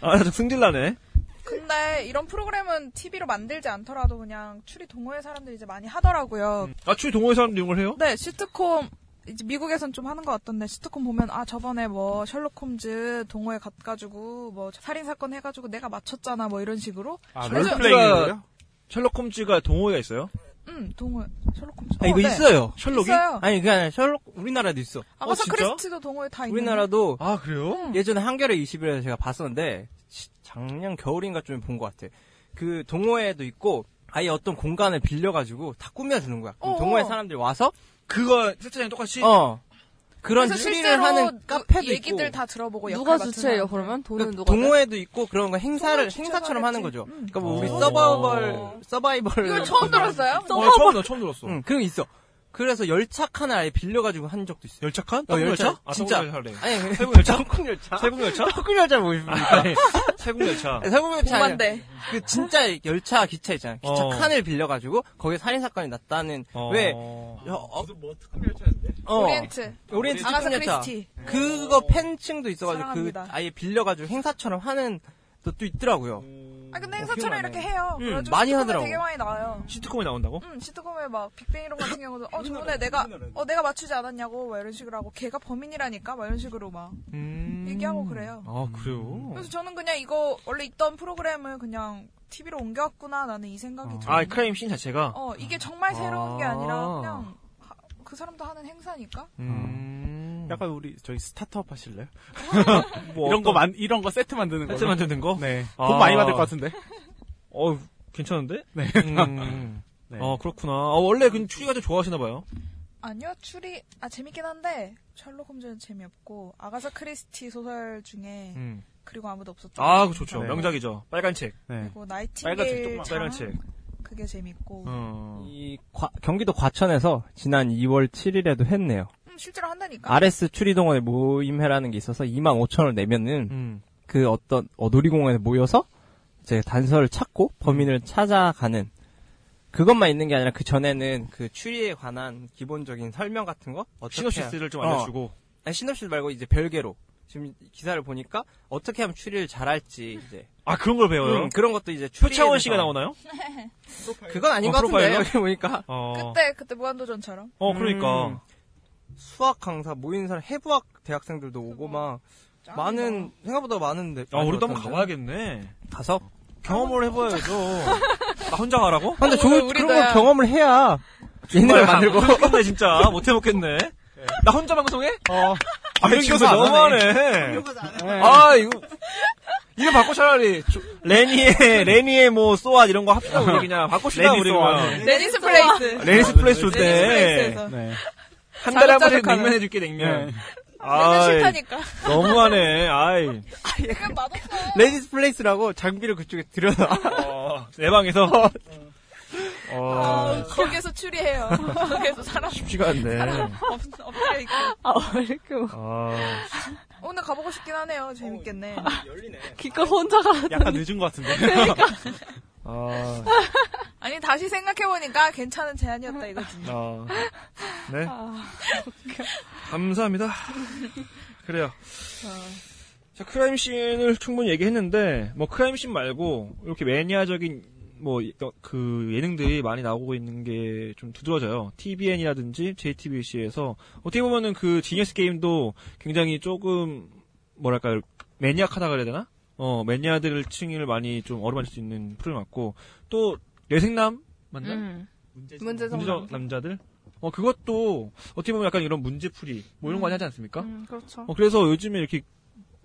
D: 아, 나좀 승질나네.
H: 근데 이런 프로그램은 TV로 만들지 않더라도 그냥 추리 동호회 사람들이 이제 많이 하더라고요.
D: 아, 추리 동호회 사람들 이런 걸 해요?
H: 네, 시트콤 이제 미국에선 좀 하는 것 같던데 시트콤 보면 아 저번에 뭐 셜록 홈즈 동호회 가가지고 뭐 살인 사건 해가지고 내가 맞췄잖아 뭐 이런 식으로.
D: 아,
H: 그래서-
D: 롤플레잉이요? 셜록 홈즈가 동호회가 있어요?
H: 응, 동호회 셜록 홈즈.
G: 아, 이거
H: 어, 네.
G: 있어요.
D: 셜록이?
H: 있어요.
G: 아니, 그게 아니라 셜록, 우리나라도 있어.
H: 아가사 크리스티도 동호회 다 있는.
G: 우리나라도
D: 아 그래요?
G: 예전에 한겨레 21에서 제가 봤었는데 시- 작년 겨울인가 좀 본 것 같아. 그 동호회도 있고 아예 어떤 공간을 빌려가지고 다 꾸며주는 거야. 그럼
H: 어.
G: 동호회 사람들이 와서
D: 그거 세트장 똑같이?
G: 어 그런
H: 그래서
G: 추리를
H: 실제로
G: 하는
H: 누-
G: 카페도
H: 얘기들
G: 있고 그러니까
H: 다 들어보고
F: 누가
H: 역할 맡은
F: 주최해요,
H: 사람.
F: 그러면? 돈은 누가 내?
G: 동호회도 있고 그런 거 행사를
H: 주최가 음.
G: 행사처럼 하는 거죠. 그러니까 뭐 우리
D: 어.
G: 서바이벌 서바이벌
D: 뭐
H: 이걸 처음 들었어요?
D: 어, 처음 들어, 처음 들었어.
G: 응, 그런 게 있어. 그래서 열착 하나 아예 빌려가지고 한 적도 있어요.
D: 열착한?
G: 어, 열착?
D: 떡국열차? 아,
G: 진짜.
D: 떡국열차래.
G: 아니,
D: 세국열차?
G: 떡국열차?
D: 세국열차?
G: 떡국열차 뭐 모십니까?
D: 세국열차.
G: 세국열차. 네, 아니라
H: 공만대.
G: 그 진짜 열차 기차 있잖아요. 기차
D: 어.
G: 칸을 빌려가지고 거기에 살인사건이 났다는,
D: 어.
G: 왜,
M: 무슨 뭐 특급 열차인데?
G: 어.
H: 오리엔트.
G: 오리엔트
H: 아가사
G: 특급열차.
H: 크리스티.
G: 그거
M: 어.
G: 팬층도 있어가지고
H: 사랑합니다.
G: 그 아예 빌려가지고 행사처럼 하는 것도 있더라고요.
H: 아 근데
G: 어, 기억나네.
H: 행사처럼 이렇게 해요.
G: 음,
H: 그래가지고
G: 많이
H: 시트콤에
G: 하더라고.
H: 되게 많이 나와요.
D: 시트콤에 나온다고?
H: 응, 시트콤에 막 빅뱅 이론 같은 경우도 어 저번에 내가 어 내가 맞추지 않았냐고 막 이런 식으로 하고 걔가 범인이라니까 막 이런 식으로 막
G: 음.
H: 얘기하고 그래요.
D: 아, 그래요?
H: 그래서 저는 그냥 이거 원래 있던 프로그램을 그냥 TV로 옮겼구나 나는 이 생각이 들어요.
D: 아, 크라임 씬 자체가?
H: 어 이게 정말 새로운 게 아니라
D: 아.
H: 그냥 하- 그 사람도 하는 행사니까.
B: 음.
D: 음.
B: 약간 우리 저희 스타트업 하실래요?
D: 뭐
B: 이런 거
D: 어떤-
B: 만, 이런 거 세트 만드는 거.
D: 세트 만드는 거?
B: 네.
D: 아.
B: 돈 많이 받을 것 같은데.
D: 어, 괜찮은데?
B: 네.
D: 음.
B: 네.
D: 아, 그렇구나. 아, 원래 그 추리가 좀 좋아하시나봐요.
H: 아니요 추리 아 재밌긴 한데 셜록 홈즈는 재미없고 아가사 크리스티 소설 중에
D: 음.
H: 그리고 아무도 없었죠.
D: 아, 그 좋죠.
B: 네.
D: 명작이죠. 빨간 책.
B: 네.
H: 그리고
D: 빨간색,
H: 나이팅게일
D: 조그만 빨간색.
H: 장 그게 재밌고
D: 어.
G: 이 과- 경기도 과천에서 지난 2월 7일에도 했네요.
H: 음, 실제로
D: 아,
H: 한다니까.
G: RS 추리동원의 모임회라는 게 있어서 2만 5천 원 내면은
D: 음.
G: 그 어떤 어, 놀이공원에 모여서 이제 단서를 찾고
D: 음.
G: 범인을 찾아가는 그것만 있는 게 아니라 그 전에는 그 추리에 관한 기본적인 설명 같은 거 어떻게
D: 시놉시스를 좀
G: 어.
D: 알려주고.
G: 아니, 시놉시스 말고 이제 별개로 지금 기사를 보니까 어떻게 하면 추리를 잘할지 이제
D: 아, 그런 걸 배워요?
G: 음, 그런 것도 이제 추리
D: 표창원 씨가 나오나요?
G: 그건 아닌
D: 어,
G: 것 같은데
D: 프로파일러?
G: 여기 보니까
D: 어.
H: 그때 그때 무한도전처럼.
D: 어, 그러니까.
G: 음. 수학 강사 모인 사람 해부학 대학생들도 오고 막
H: 짱이다.
G: 많은 생각보다 많은데
D: 아, 우리도 한번
G: 많이
D: 가봐야겠네.
G: 가서
D: 경험을 해봐야죠. 나 혼자 가라고?
G: 아, 근데 좋은
F: 오늘
G: 그런
F: 우리
G: 거
F: 다-
G: 경험을 해야 얘네를 만들고
D: 아,
G: 아,
D: 못해먹겠네, 진짜. 못해먹겠네. 나 혼자 방송해?
B: 어.
D: 아, 이거
G: 안
D: 너무하네.
B: 네.
D: 아, 이거. 이거 바꿔 차라리. 조- 레니의, 레니의 뭐, 소아 이런 거 합시다, 우리 그냥. 바꿉시다,
B: 레니
D: 우리.
B: 소아.
D: 그냥.
H: 레니스 플레이스.
D: 레니스 플레이스 좋대.
H: 레니스플레이스에서.
B: 네.
D: 한 달에 한 번씩
F: 자극자극하는.
D: 냉면 해줄게, 냉면.
B: 네.
H: 아,
D: 아이, 예.
H: 싫다니까.
D: 너무하네, 아이.
H: 그냥 맛없어.
G: 레디스 플레이스라고 장비를 그쪽에 들여놔
D: 어, 내 방에서. 어,
H: 아, 거기에서 추리해요. 거기에서 사람
D: 쉽지가 않네.
H: 없- 없게 있고.
F: 아, 왜 이렇게 막
D: 아,
H: 오늘 가보고 싶긴 하네요. 재밌겠네.
D: 어, 예.
M: 열리네.
F: 기껏 혼자 가.
B: 약간 늦은 것 같은데.
D: 그러니까. 아,
H: 아니 다시 생각해 보니까 괜찮은 제안이었다 이거지.
D: 아. 네. 감사합니다. 그래요. 자, 크라임 씬을 충분히 얘기했는데, 뭐, 크라임 씬 말고, 이렇게 매니아적인, 뭐, 여- 그, 예능들이 많이 나오고 있는 게 좀 두드러져요. TBN이라든지 JTBC에서. 어떻게 보면은 그 지니어스 게임도 굉장히 조금, 뭐랄까요, 매니악하다 그래야 되나? 어, 매니아들 층을 많이 좀 어루만질 수 있는 프로그램 같고, 또, 내생남? 맞나?
F: 음. 문제
D: 문제
F: 정도.
D: 남자들? 어, 그것도 어떻게 보면 약간 이런 문제풀이, 뭐 이런 거 많이 하지 않습니까?
F: 음, 그렇죠.
D: 어, 그래서 요즘에 이렇게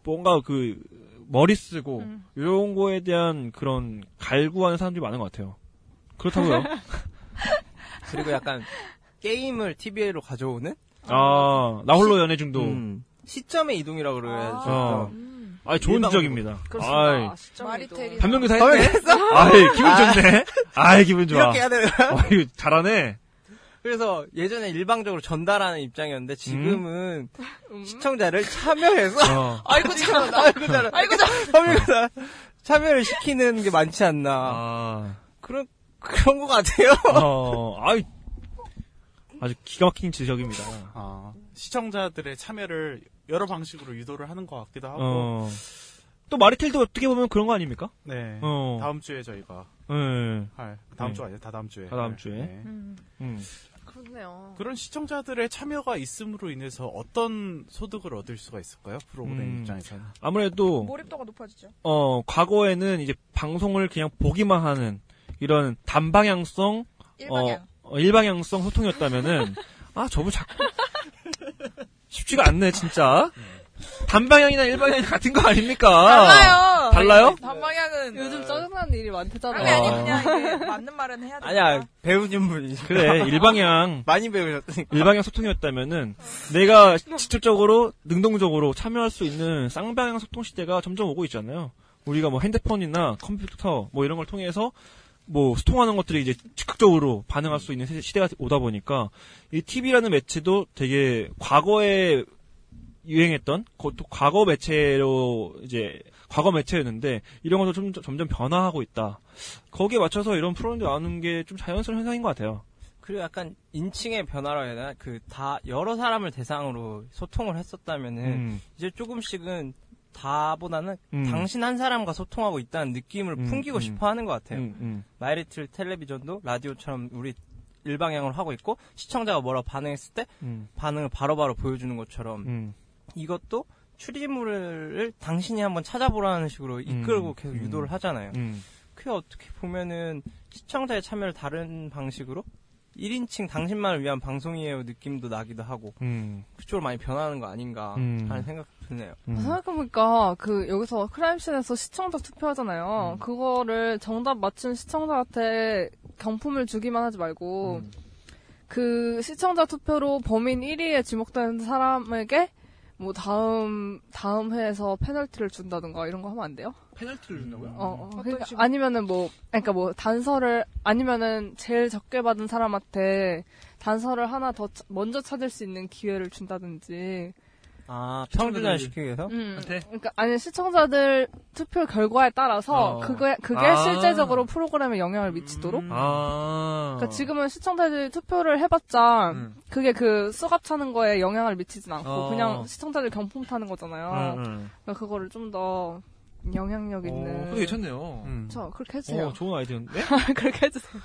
D: 뭔가 그 머리 쓰고
F: 음.
D: 이런 거에 대한 그런 갈구하는 사람들이 많은 것 같아요. 그렇다고요.
G: 그리고 약간 게임을 TBA로 가져오는
D: 아, 나 홀로 연애 중독.
G: 음, 시점의 이동이라고 그래야죠
D: 아.
H: 음,
D: 아, 좋은
G: 일방으로.
D: 지적입니다.
F: 그렇습니다.
H: 마리텔이.
F: 시점이도.
D: 반면교사 했네? 아이, 예, 기분 좋네. 아이, 예, 기분 좋아.
G: 어, 예. 이렇게 해야 돼요
D: 아유, 잘하네.
G: 그래서 예전에 일방적으로 전달하는 입장이었는데 지금은 음. 시청자를 참여해서
D: 어.
G: 아이고 참 아이고 잘 아이고 참 참여를 시키는 게 많지 않나
D: 아,
G: 그런 그런 것 같아요
D: 어, 아이. 아주 기가 막힌 지적입니다.
B: 아, 시청자들의 참여를 여러 방식으로 유도를 하는 것 같기도 하고.
D: 어. 또 마리텔도 어떻게 보면 그런 거 아닙니까?
B: 네.
D: 어.
B: 다음 주에 저희가
D: 예.
B: 할 다음
D: 네.
B: 주 아니에요? 다 다음 주에.
D: 다 다음
B: 할.
D: 주에.
B: 네.
H: 음,
D: 음.
F: 그렇네요.
B: 그런 시청자들의 참여가 있음으로 인해서 어떤 소득을 얻을 수가 있을까요? 프로그램
D: 음.
B: 입장에서는.
D: 아무래도
H: 몰입도가 높아지죠.
D: 어, 과거에는 이제 방송을 그냥 보기만 하는 이런 단방향성,
H: 일방향.
D: 어, 어, 일방향성 소통이었다면은, 아, 저분 자꾸. 쉽지가 않네, 진짜. 단방향이나 일방향이 같은 거 아닙니까?
H: 달라요.
D: 달라요?
H: 단방향은
F: 어. 요즘 짜증나는 일이 많대잖아요.
H: 아니 아니 그냥 이게 맞는 말은 해야 돼.
G: 아니야 그 배우는 분이
D: 그래, 일방향.
G: 많이 배우셨으니까
D: 일방향 소통이었다면은, 내가 직접적으로, 능동적으로 참여할 수 있는 쌍방향 소통 시대가 점점 오고 있잖아요. 우리가 뭐 핸드폰이나 컴퓨터, 뭐 이런 걸 통해서 뭐 수통하는 것들이 이제 즉각적으로 반응할 수 있는 세- 시대가 오다 보니까 이 TV라는 매체도 되게 과거에 유행했던 그것도 과거 매체로 이제 과거 매체였는데 이런 것도 좀 점점 변화하고 있다. 거기에 맞춰서 이런 프로그램도 나오는 게 좀 자연스러운 현상인 것 같아요.
G: 그리고 약간 인칭의 변화라 해야 되나? 그 다 여러 사람을 대상으로 소통을 했었다면은
D: 음.
G: 이제 조금씩은 다보다는
D: 음.
G: 당신 한 사람과 소통하고 있다는 느낌을
D: 음,
G: 풍기고
D: 음.
G: 싶어 하는 것 같아요.
D: 음, 음.
G: 마이리틀 텔레비전도 라디오처럼 우리 일방향으로 하고 있고 시청자가 뭐라 반응했을 때
D: 음.
G: 반응을 바로바로 보여주는 것처럼
D: 음.
G: 이것도 추리물을 당신이 한번 찾아보라는 식으로 이끌고 계속
D: 음.
G: 유도를 하잖아요.
D: 음.
G: 그게 어떻게 보면은 시청자의 참여를 다른 방식으로 1인칭 당신만을 위한 방송이에요 느낌도 나기도 하고
D: 음.
G: 그쪽으로 많이 변하는 거 아닌가
D: 음.
G: 하는 생각도 드네요.
F: 생각해보니까 그 여기서 크라임씬에서 시청자 투표하잖아요. 그거를 정답 맞춘 시청자한테 경품을 주기만 하지
H: 어.
F: 말고
B: 음.
D: 음.
F: 그 시청자 투표로 범인 1위에 지목된 사람에게 뭐 다음 다음 회에서 페널티를 준다든가 이런 거 하면 안 돼요?
E: 페널티를
B: 음.
E: 준다고요?
F: 어, 어, 그러니까 아니면은 뭐, 그러니까 뭐 단서를 아니면은 제일 적게 받은 사람한테 단서를 하나 더 찾- 먼저 찾을 수 있는 기회를 준다든지.
G: 아 평준화 시키기 위해서?
F: 음, 그러니까 아니 시청자들 투표 결과에 따라서
G: 어.
F: 그게 그게
G: 아.
F: 실제적으로 프로그램에 영향을
B: 음.
F: 미치도록.
D: 음. 아.
F: 그러니까 지금은 시청자들이 투표를
D: 음,
F: 해봤자
B: 음.
F: 그게 그 수갑 차는 거에 영향을 미치진 않고
D: 어.
F: 그냥 시청자들 경품 타는 거잖아요.
D: 음, 음.
F: 그러니까 그거를 좀 더 영향력
B: 어,
F: 있는.
E: 그거 괜찮네요.
F: 저 그렇게 해주세요.
D: 어, 좋은 아이디어인데?
F: 그렇게 해주세요.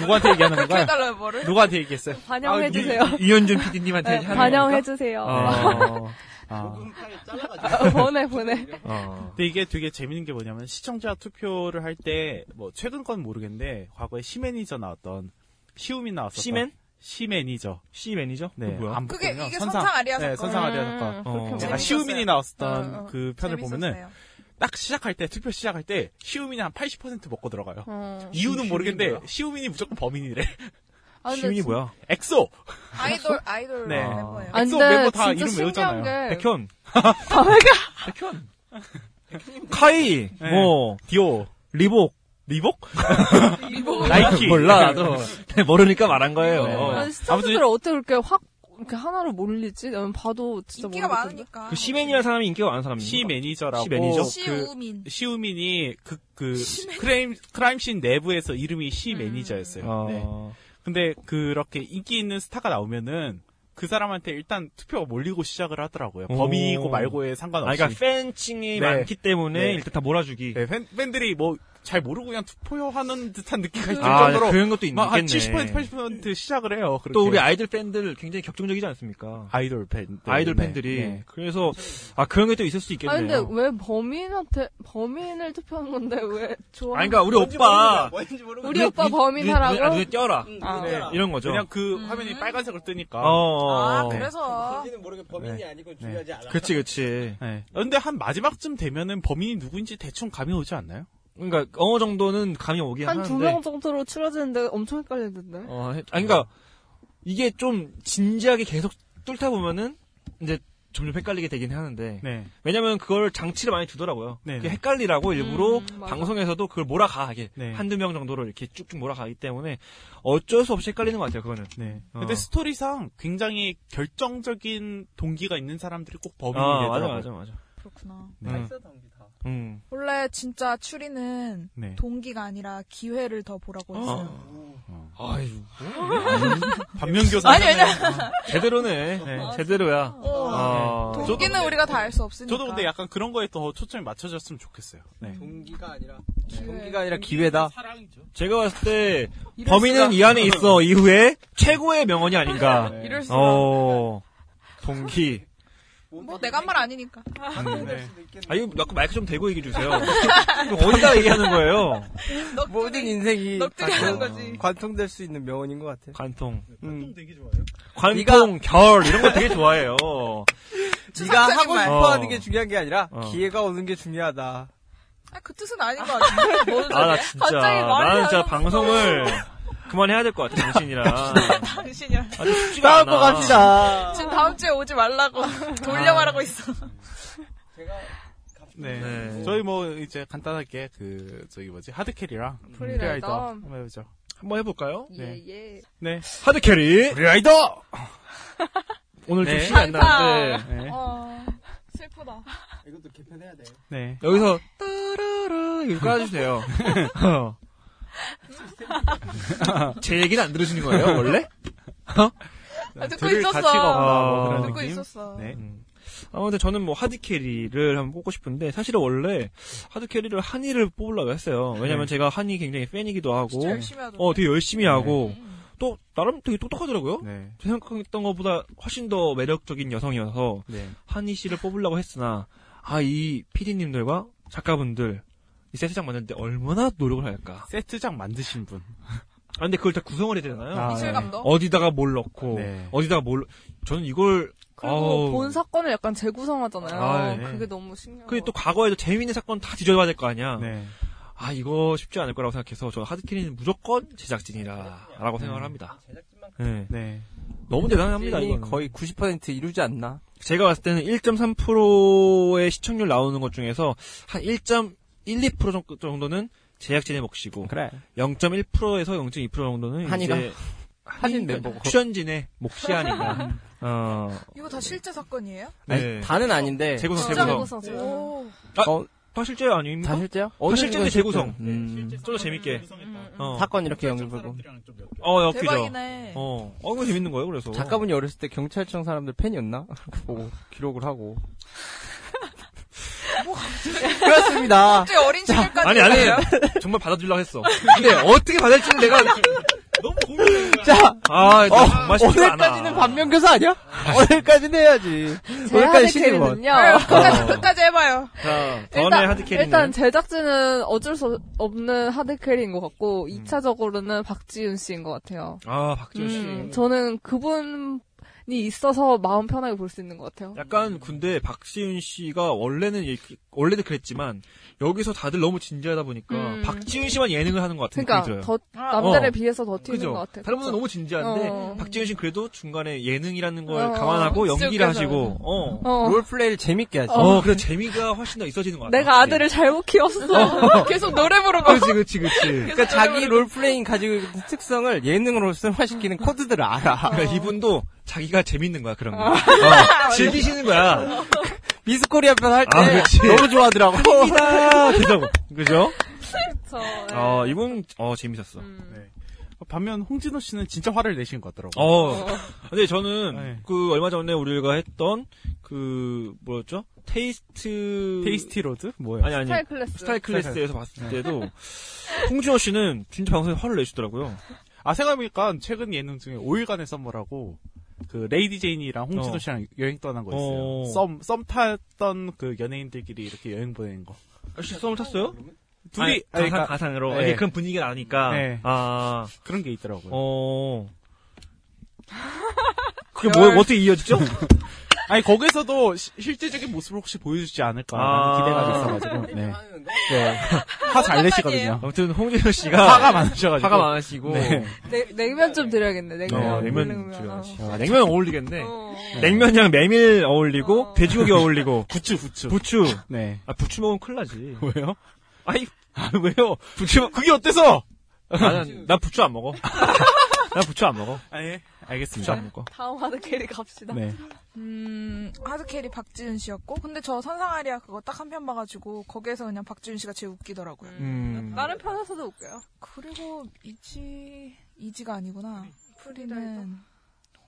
D: 누구한테 얘기하는
F: 그렇게
D: 건가요?
F: 해달라요, 뭐를?
B: 아,
D: 누구한테 얘기했어요?
F: 반영해주세요.
E: 아, 유- 이현준 PD님한테
F: 네,
E: 하는
F: 반영해주세요.
D: 네.
B: 어.
F: 아, 보내 보내.
D: 어,
B: 근데 이게 되게 재밌는 게 뭐냐면 시청자 투표를 할 때 뭐 최근 건 모르겠는데 과거에 시매니저 나왔던 시우미 나왔었던
D: 시맨?
B: 시매니저
D: 시매니저?
B: 네
D: 그거 뭐야?
B: 안
H: 그게-
B: 봤거든요.
H: 이게 선상 아리아 사건.
B: 네, 선상 아리아
H: 음,
B: 사건
H: 그렇게
B: 어.
H: 재밌었어요.
B: 약간 시우민이 나왔었던
H: 어, 어.
B: 그 편을 보면은
H: 재밌었어요.
B: 딱 시작할 때 투표 시작할 때 시우민이 한 80% 먹고 들어가요
F: 어.
B: 이유는
D: 시우민이
B: 모르겠는데
D: 뭐야?
B: 시우민이 무조건 범인이래
F: 아, 근데
D: 시윤이
F: 진-
D: 뭐야?
B: 엑소
H: 아이돌 아이돌
B: 네.
H: 멤버예요.
F: 아,
B: 엑소
F: 근데
B: 멤버 다
F: 진짜
B: 이름 외우잖아요.
F: 신기한 게- 아,
D: 백현.
F: 백현.
D: 카이,
B: 네.
D: 뭐,
B: 디오,
D: 리복.
B: 리복?
D: 나이키. 네.
E: 몰라, 나도.
D: 모르니까 말한 거예요.
F: 아니, 시청자들을 어떻게 그렇게 확 이렇게 하나로 몰리지? 나는 봐도 진짜
H: 인기가
F: 모르겠는데.
H: 많으니까.
D: 그 시맨이라는 사람이 인기가 많은 사람입니다.
B: 시매니저라고
D: 시매니저?
H: 시우민.
B: 그, 시우민이 그, 그 크라임, 크라임씬 내부에서 이름이
H: 음.
B: 시매니저였어요 네.
D: 어.
B: 근데 그렇게 인기 있는 스타가 나오면은 그 사람한테 일단 투표가 몰리고 시작을 하더라고요.
D: 오.
B: 범위고 말고에
D: 아,
B: 상관없이.
D: 그러니까 팬층이
B: 네.
D: 많기 때문에
B: 네.
D: 일단 다 몰아주기.
B: 네, 팬, 팬들이 뭐 잘 모르고 그냥 투표하는 듯한 느낌이 들
D: 아,
B: 정도로
D: 그런 것도 있겠네.
B: 막한 70% 80% 시작을 해요. 그렇게.
D: 또 우리 아이들 팬들 굉장히 격정적이지 않습니까?
B: 아이돌 팬
D: 아이돌 네, 팬들이.
B: 네.
D: 그래서, 아, 그런 게 또 있을 수 있겠네요.
F: 아니 근데 뭐 왜 범인한테 범인을 투표한 건데 왜 좋아?
D: 아니, 그러니까 우리 오빠.
F: 우리 오빠 범인하라고.
D: 눈, 눈에 띄어라.
F: 아.
D: 네, 이런 거죠. 음.
B: 그냥 그 화면이 빨간색으로 뜨니까.
D: 어.
H: 아 그래서
M: 범인은 모르게
D: 네.
M: 범인이 아니고 중요하지 않아.
D: 그치, 그치.
B: 네. 근데 한 마지막쯤 되면은 범인이 누구인지 대충 감이 오지 않나요?
D: 그러니까 어느 정도는 감이 오긴
F: 한
D: 하는데.
F: 두 명 정도로 추려지는데 엄청 헷갈리는데.
D: 네. 어, 해- 아니, 그러니까 이게 좀 진지하게 계속 뚫다 보면은 이제 점점 헷갈리게 되긴 하는데
B: 네.
D: 왜냐면 그걸 장치를 많이 두더라고요.
B: 네.
D: 그게 헷갈리라고 일부러
F: 음, 맞아.
D: 방송에서도 그걸 몰아가게
B: 네.
D: 한두 명 정도로 이렇게 쭉쭉 몰아가기 때문에 어쩔 수 없이 헷갈리는 것 같아요. 그거는.
B: 네.
D: 어.
B: 근데 스토리상 굉장히 결정적인 동기가 있는 사람들이 꼭 범인이
D: 아, 맞아,
B: 되더라고요.
D: 맞아, 맞아.
H: 그렇구나.
B: 네.
D: 음.
H: 원래 진짜 추리는
B: 네.
H: 동기가 아니라 기회를 더 보라고 했어요.
D: 아유, 음.
B: 반면교사.
H: 아니, 왜냐-
D: 제대로네. 제대로야. 아,
B: 네.
H: 동기는
B: 저도-
H: 우리가 다 알 수 없으니까.
B: 저도 근데 약간 그런 거에 더 초점이 맞춰졌으면 좋겠어요. 네.
M: 동기가 아니라
H: 네.
G: 동기가 아니라 기회다.
M: 사랑이죠.
D: 제가 봤을 때
H: 이럴
D: 범인은
H: 수가.
D: 이 안에 있어 이후에 최고의 명언이 아닌가.
H: 이럴 수가.
D: 어, 동기.
H: 뭐 내가 한 말 아니니까.
D: 아, 이거 자꾸 마이크 좀 대고 얘기해 주세요. 이거 어디다 얘기하는 거예요?
G: 모든 인생이
H: 넉들이
G: 관통-
H: 하는 거지.
G: 관통될 수 있는 명언인 것 같아요.
D: 관통.
G: 음.
M: 되게 좋아요.
D: 관통, 결, 이런 거 되게 좋아해요.
G: 네가 하고
H: 말.
G: 싶어 하는
D: 어.
G: 게 중요한 게 아니라
D: 어.
G: 기회가 오는 게 중요하다.
H: 아, 그 뜻은 아닌 뭐 것 같은데. 뭔
D: 아, 나
H: 소리야.
D: 진짜.
H: 갑자기 말이
D: 나는 진짜
H: 나오면서
D: 방송을 그만해야 될 것 같아, 당신이랑.
H: 당신이랑.
D: 아주 쉽지가 않아.
H: 지금 다음 주에 오지 말라고 돌려 말하고 있어.
M: 제가 갑자기
B: 네. 저희 뭐 이제 간단하게 그 저기 뭐지 하드캐리랑
F: 프리라이더.
D: 어.
B: 프리라이더 한번 해보죠.
D: 한번 해볼까요?
B: 네.
F: 예.
B: 네.
D: 하드캐리
B: 프리라이더.
D: 오늘 좀
B: 네.
D: 힘이 안 나는데
B: 슬프다. 네.
H: 어, 슬프다. 이것도 개편해야 돼.
B: 네.
D: 여기서 뚜루루 이거 깔아주세요. 제 얘기는 안 들으시는 거예요 원래?
H: 아, 듣고
B: 들을
H: 있었어.
B: 가치가 없나
D: 아.
B: 뭐 그런
H: 듣고
B: 느낌?
H: 있었어.
B: 네.
D: 음. 아무튼 저는 뭐 하드캐리를 한번 뽑고 싶은데 사실은 원래 하드캐리를 한이를 뽑으려고 했어요. 왜냐면
B: 네.
D: 제가 한이 굉장히 팬이기도 하고
H: 진짜 열심히 음. 하던데.
D: 어 되게 열심히 하고 또 나름 되게 똑똑하더라고요.
B: 네.
D: 제가 생각했던 것보다 훨씬 더 매력적인 여성이어서
B: 네.
D: 한희 씨를 뽑으려고 했으나 아 이 PD님들과 작가분들 이 세트장 만드는데 얼마나 노력을 할까.
B: 세트장 만드신 분.
D: 아 근데 그걸 다 구성을 해야 되잖아요.
B: 아,
F: 예.
B: 미술 네.
H: 감독?
D: 어디다가 뭘 넣고
B: 네.
D: 어디다가 뭘 저는 이걸
F: 그리고 뭐
D: 아우.
F: 본 사건을 약간 재구성하잖아요.
D: 아, 네.
F: 그게 너무 신기해요.
D: 근데 또 과거에도 재미있는 사건 다 뒤져봐야 될 거 아니야.
B: 네.
D: 아 이거 쉽지 않을 거라고 생각해서 저는 하드캐리는 무조건 제작진이라라고 생각을 합니다. 네.
B: 네.
D: 너무 대단합니다 이거
G: 음. 거의 90% 이루지 않나.
D: 제가 봤을 때는 1.3%의 시청률 나오는 것 중에서 한 1.12% 정도는 제작진의 몫이고
B: 그래.
D: 0.1%에서 0.2% 정도는
G: 한이가?
D: 이제
G: 한인
D: 한이가
G: 멤버가.
D: 출연진의 몫이 아닌가. 어,
H: 이거 다 실제 사건이에요?
D: 네.
G: 아니, 다는 아닌데.
D: 재구성
F: 진짜
D: 재구성.
F: 재구성, 재구성.
H: 오.
G: 어,
D: 다 실제 아닙니까?
G: 다 실제야?
D: 다 실제인데 재구성.
G: 음.
D: 네. 좀 더 재밌게. 어,
G: 사건 이렇게 연결되고.
D: 어, 어 그죠.
H: 대박이네.
D: 어, 어, 이거 재밌는 거예요, 그래서.
G: 작가분이 어렸을 때 경찰청 사람들 팬이었나? 그렇게 보고 기록을 하고. 뭐 그렇습니다.
H: 갑자기 어린
D: 아니,
H: 시절까지.
D: 아니, 정말 받아주려고 했어. 근데 어떻게 받을지는 내가 너무 고민해.
G: 자, 어,
D: 아, 이거 정말 쉽지 않아.
G: 오늘까지는 반면교사 아니야? 오늘까지는 해야지.
F: 제 하드캐리는요.
H: 끝까지, 끝까지 해봐요.
D: 자, 다음에
F: 일단,
D: 하드캐리는.
F: 일단 제작진은 어쩔 수 없는 하드캐리인 것 같고 2차적으로는 박지윤 씨인 것 같아요.
D: 아, 음. 박지훈 씨.
F: 음, 저는 그분이 있어서 마음 편하게 볼 수 있는 것 같아요.
D: 약간 근데 박지윤 씨가 원래는 이렇게- 원래도 그랬지만 여기서 다들 너무 진지하다 보니까
F: 음.
D: 박지윤 씨만 예능을 하는 것 같은
F: 그러니까
D: 느낌이 들어요.
F: 더
H: 아,
F: 남들에
D: 어.
F: 비해서 더 튀는
D: 그죠?
F: 것 같아요.
D: 다른 분은 너무 진지한데
F: 어.
D: 박지윤 씨는 그래도 중간에 예능이라는 걸
F: 어.
D: 감안하고 연기를
F: 그래서-
D: 하시고 어.
F: 어,
G: 롤플레이를 재밌게 하지.
D: 어, 그래 재미가 훨씬 더 있어지는 것 같아요. 네.
F: 내가 아들을 잘못 키웠어. 계속 노래 부르고.
D: 그렇지, 그렇지, 그렇지.
G: 그러니까 자기 롤플레잉 가지고 있는 특성을 예능으로 승화시키는 코드들을 알아.
D: 그러니까 이분도 자기가 재밌는 거야 그런 거.
F: 아.
D: 어, 즐기시는 거야.
G: 미스코리아 편할때
D: 아,
F: 네.
D: 그렇지.
G: 너무 좋아하더라고.
D: 아, 그죠, 그죠.
F: 저, 네. 음.
D: 어, 이분 어 재밌었어.
B: 네. 반면 홍진호 씨는 진짜 화를 내신 것 같더라고요.
D: 어. 근데 저는
B: 네.
D: 그 얼마 전에 우리가 했던 그 뭐였죠? 테이스트 네.
B: 테이스티 로드 뭐예요?
D: 아니 아니
F: 스타일 클래스.
D: 스타일 클래스에서 봤을 때도 홍준호 씨는 진짜 방송에 화를 내시더라고요.
B: 아 생각해보니까 최근 예능 중에 5일간의 썸머라고 그 레이디 제인이랑 홍진호
D: 어.
B: 씨랑 여행 떠난 거 있어요.
D: 어.
B: 썸 썸 탔던 그 연예인들끼리 이렇게 여행 보낸 거.
D: 혹시 아, 썸을 탔어요?
B: 둘이
D: 아니,
B: 아니,
D: 가상
B: 그러니까
D: 가상으로
B: 네.
D: 이게 그런 분위기가 나니까
B: 네.
D: 아
B: 그런 게 있더라고요.
D: 어. 그게 뭐 어떻게 이어지죠?
B: 아니 거기서도 시- 실제적인 모습을 혹시 보여주지 않을까
D: 아.
B: 하는 기대가 있어가지고 네. 화 잘 내시거든요.
D: 아무튼 홍준호 씨가
B: 화가 많으셔가지고
D: 화가 많으시고
B: 네.
F: 네, 냉면 좀 드려야겠네, 냉면.
D: 어, 냉면
F: 냉면.
D: 드려야지.
F: 어.
D: 아, 냉면 어울리겠네.
F: 어.
D: 냉면이랑 메밀 어울리고 돼지고기 어울리고
B: 부추 부추.
D: 부추
B: 네.
D: 아 부추 먹으면 큰일 나지.
B: 왜요?
D: 아니
B: 아, 왜요?
D: 부추 먹-
B: 그게 어때서?
D: 나는 나 부추 안 먹어. 나 부추 안 먹어.
B: 아니
D: 부추 안
G: 네.
B: 알겠습니다.
D: 먹어.
F: 다음 하드캐리 갑시다.
B: 네.
H: 음, 하드캐리 박지윤 씨였고, 근데 저 선상아리아 그거 딱 한 편 봐가지고, 거기에서 그냥 박지윤 씨가 제일 웃기더라고요.
D: 음.
F: 다른 편에서도 웃겨요.
H: 그리고 이지, 이지가 아니구나. 네, 프리는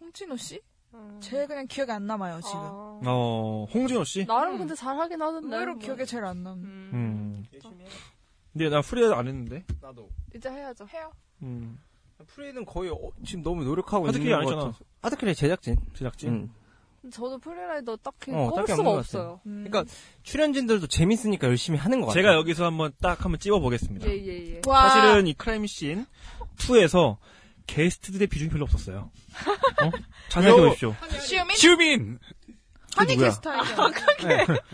H: 홍진호 씨? 제일 그냥 기억에 안 남아요, 지금.
F: 음. 아.
D: 어 홍진호 씨.
F: 나름 근데 잘하긴 하던데.
H: 의외로
F: 뭐.
H: 기억에 제일 안 남는.
F: 음.
D: 음. 근데 나 프리에 안 했는데.
F: 이제 해야죠. 해요.
D: 음.
G: 프레이는 거의 어, 지금 너무 노력하고
D: 하드캐리
G: 있는
D: 안
G: 것
D: 했잖아.
G: 같아서. 하드캐리 제작진.
D: 제작진.
G: 음.
F: 저도 프리라이더 딱히
G: 어,
F: 꼽을
G: 딱히
F: 수가
G: 없는 것
F: 없어요.
H: 음.
G: 그러니까 출연진들도 재밌으니까 열심히 하는 것 같아요.
D: 제가 여기서 한번 딱 한번 찝어 보겠습니다.
F: 예, 예, 예.
H: 와.
D: 사실은 이 크라임 씬 2에서 게스트들의 비중이 별로 없었어요. 어? 자세하게
B: 왜요?
D: 보십시오.
H: 시우민?
B: 시우민.
H: 하니캐스터 아니야?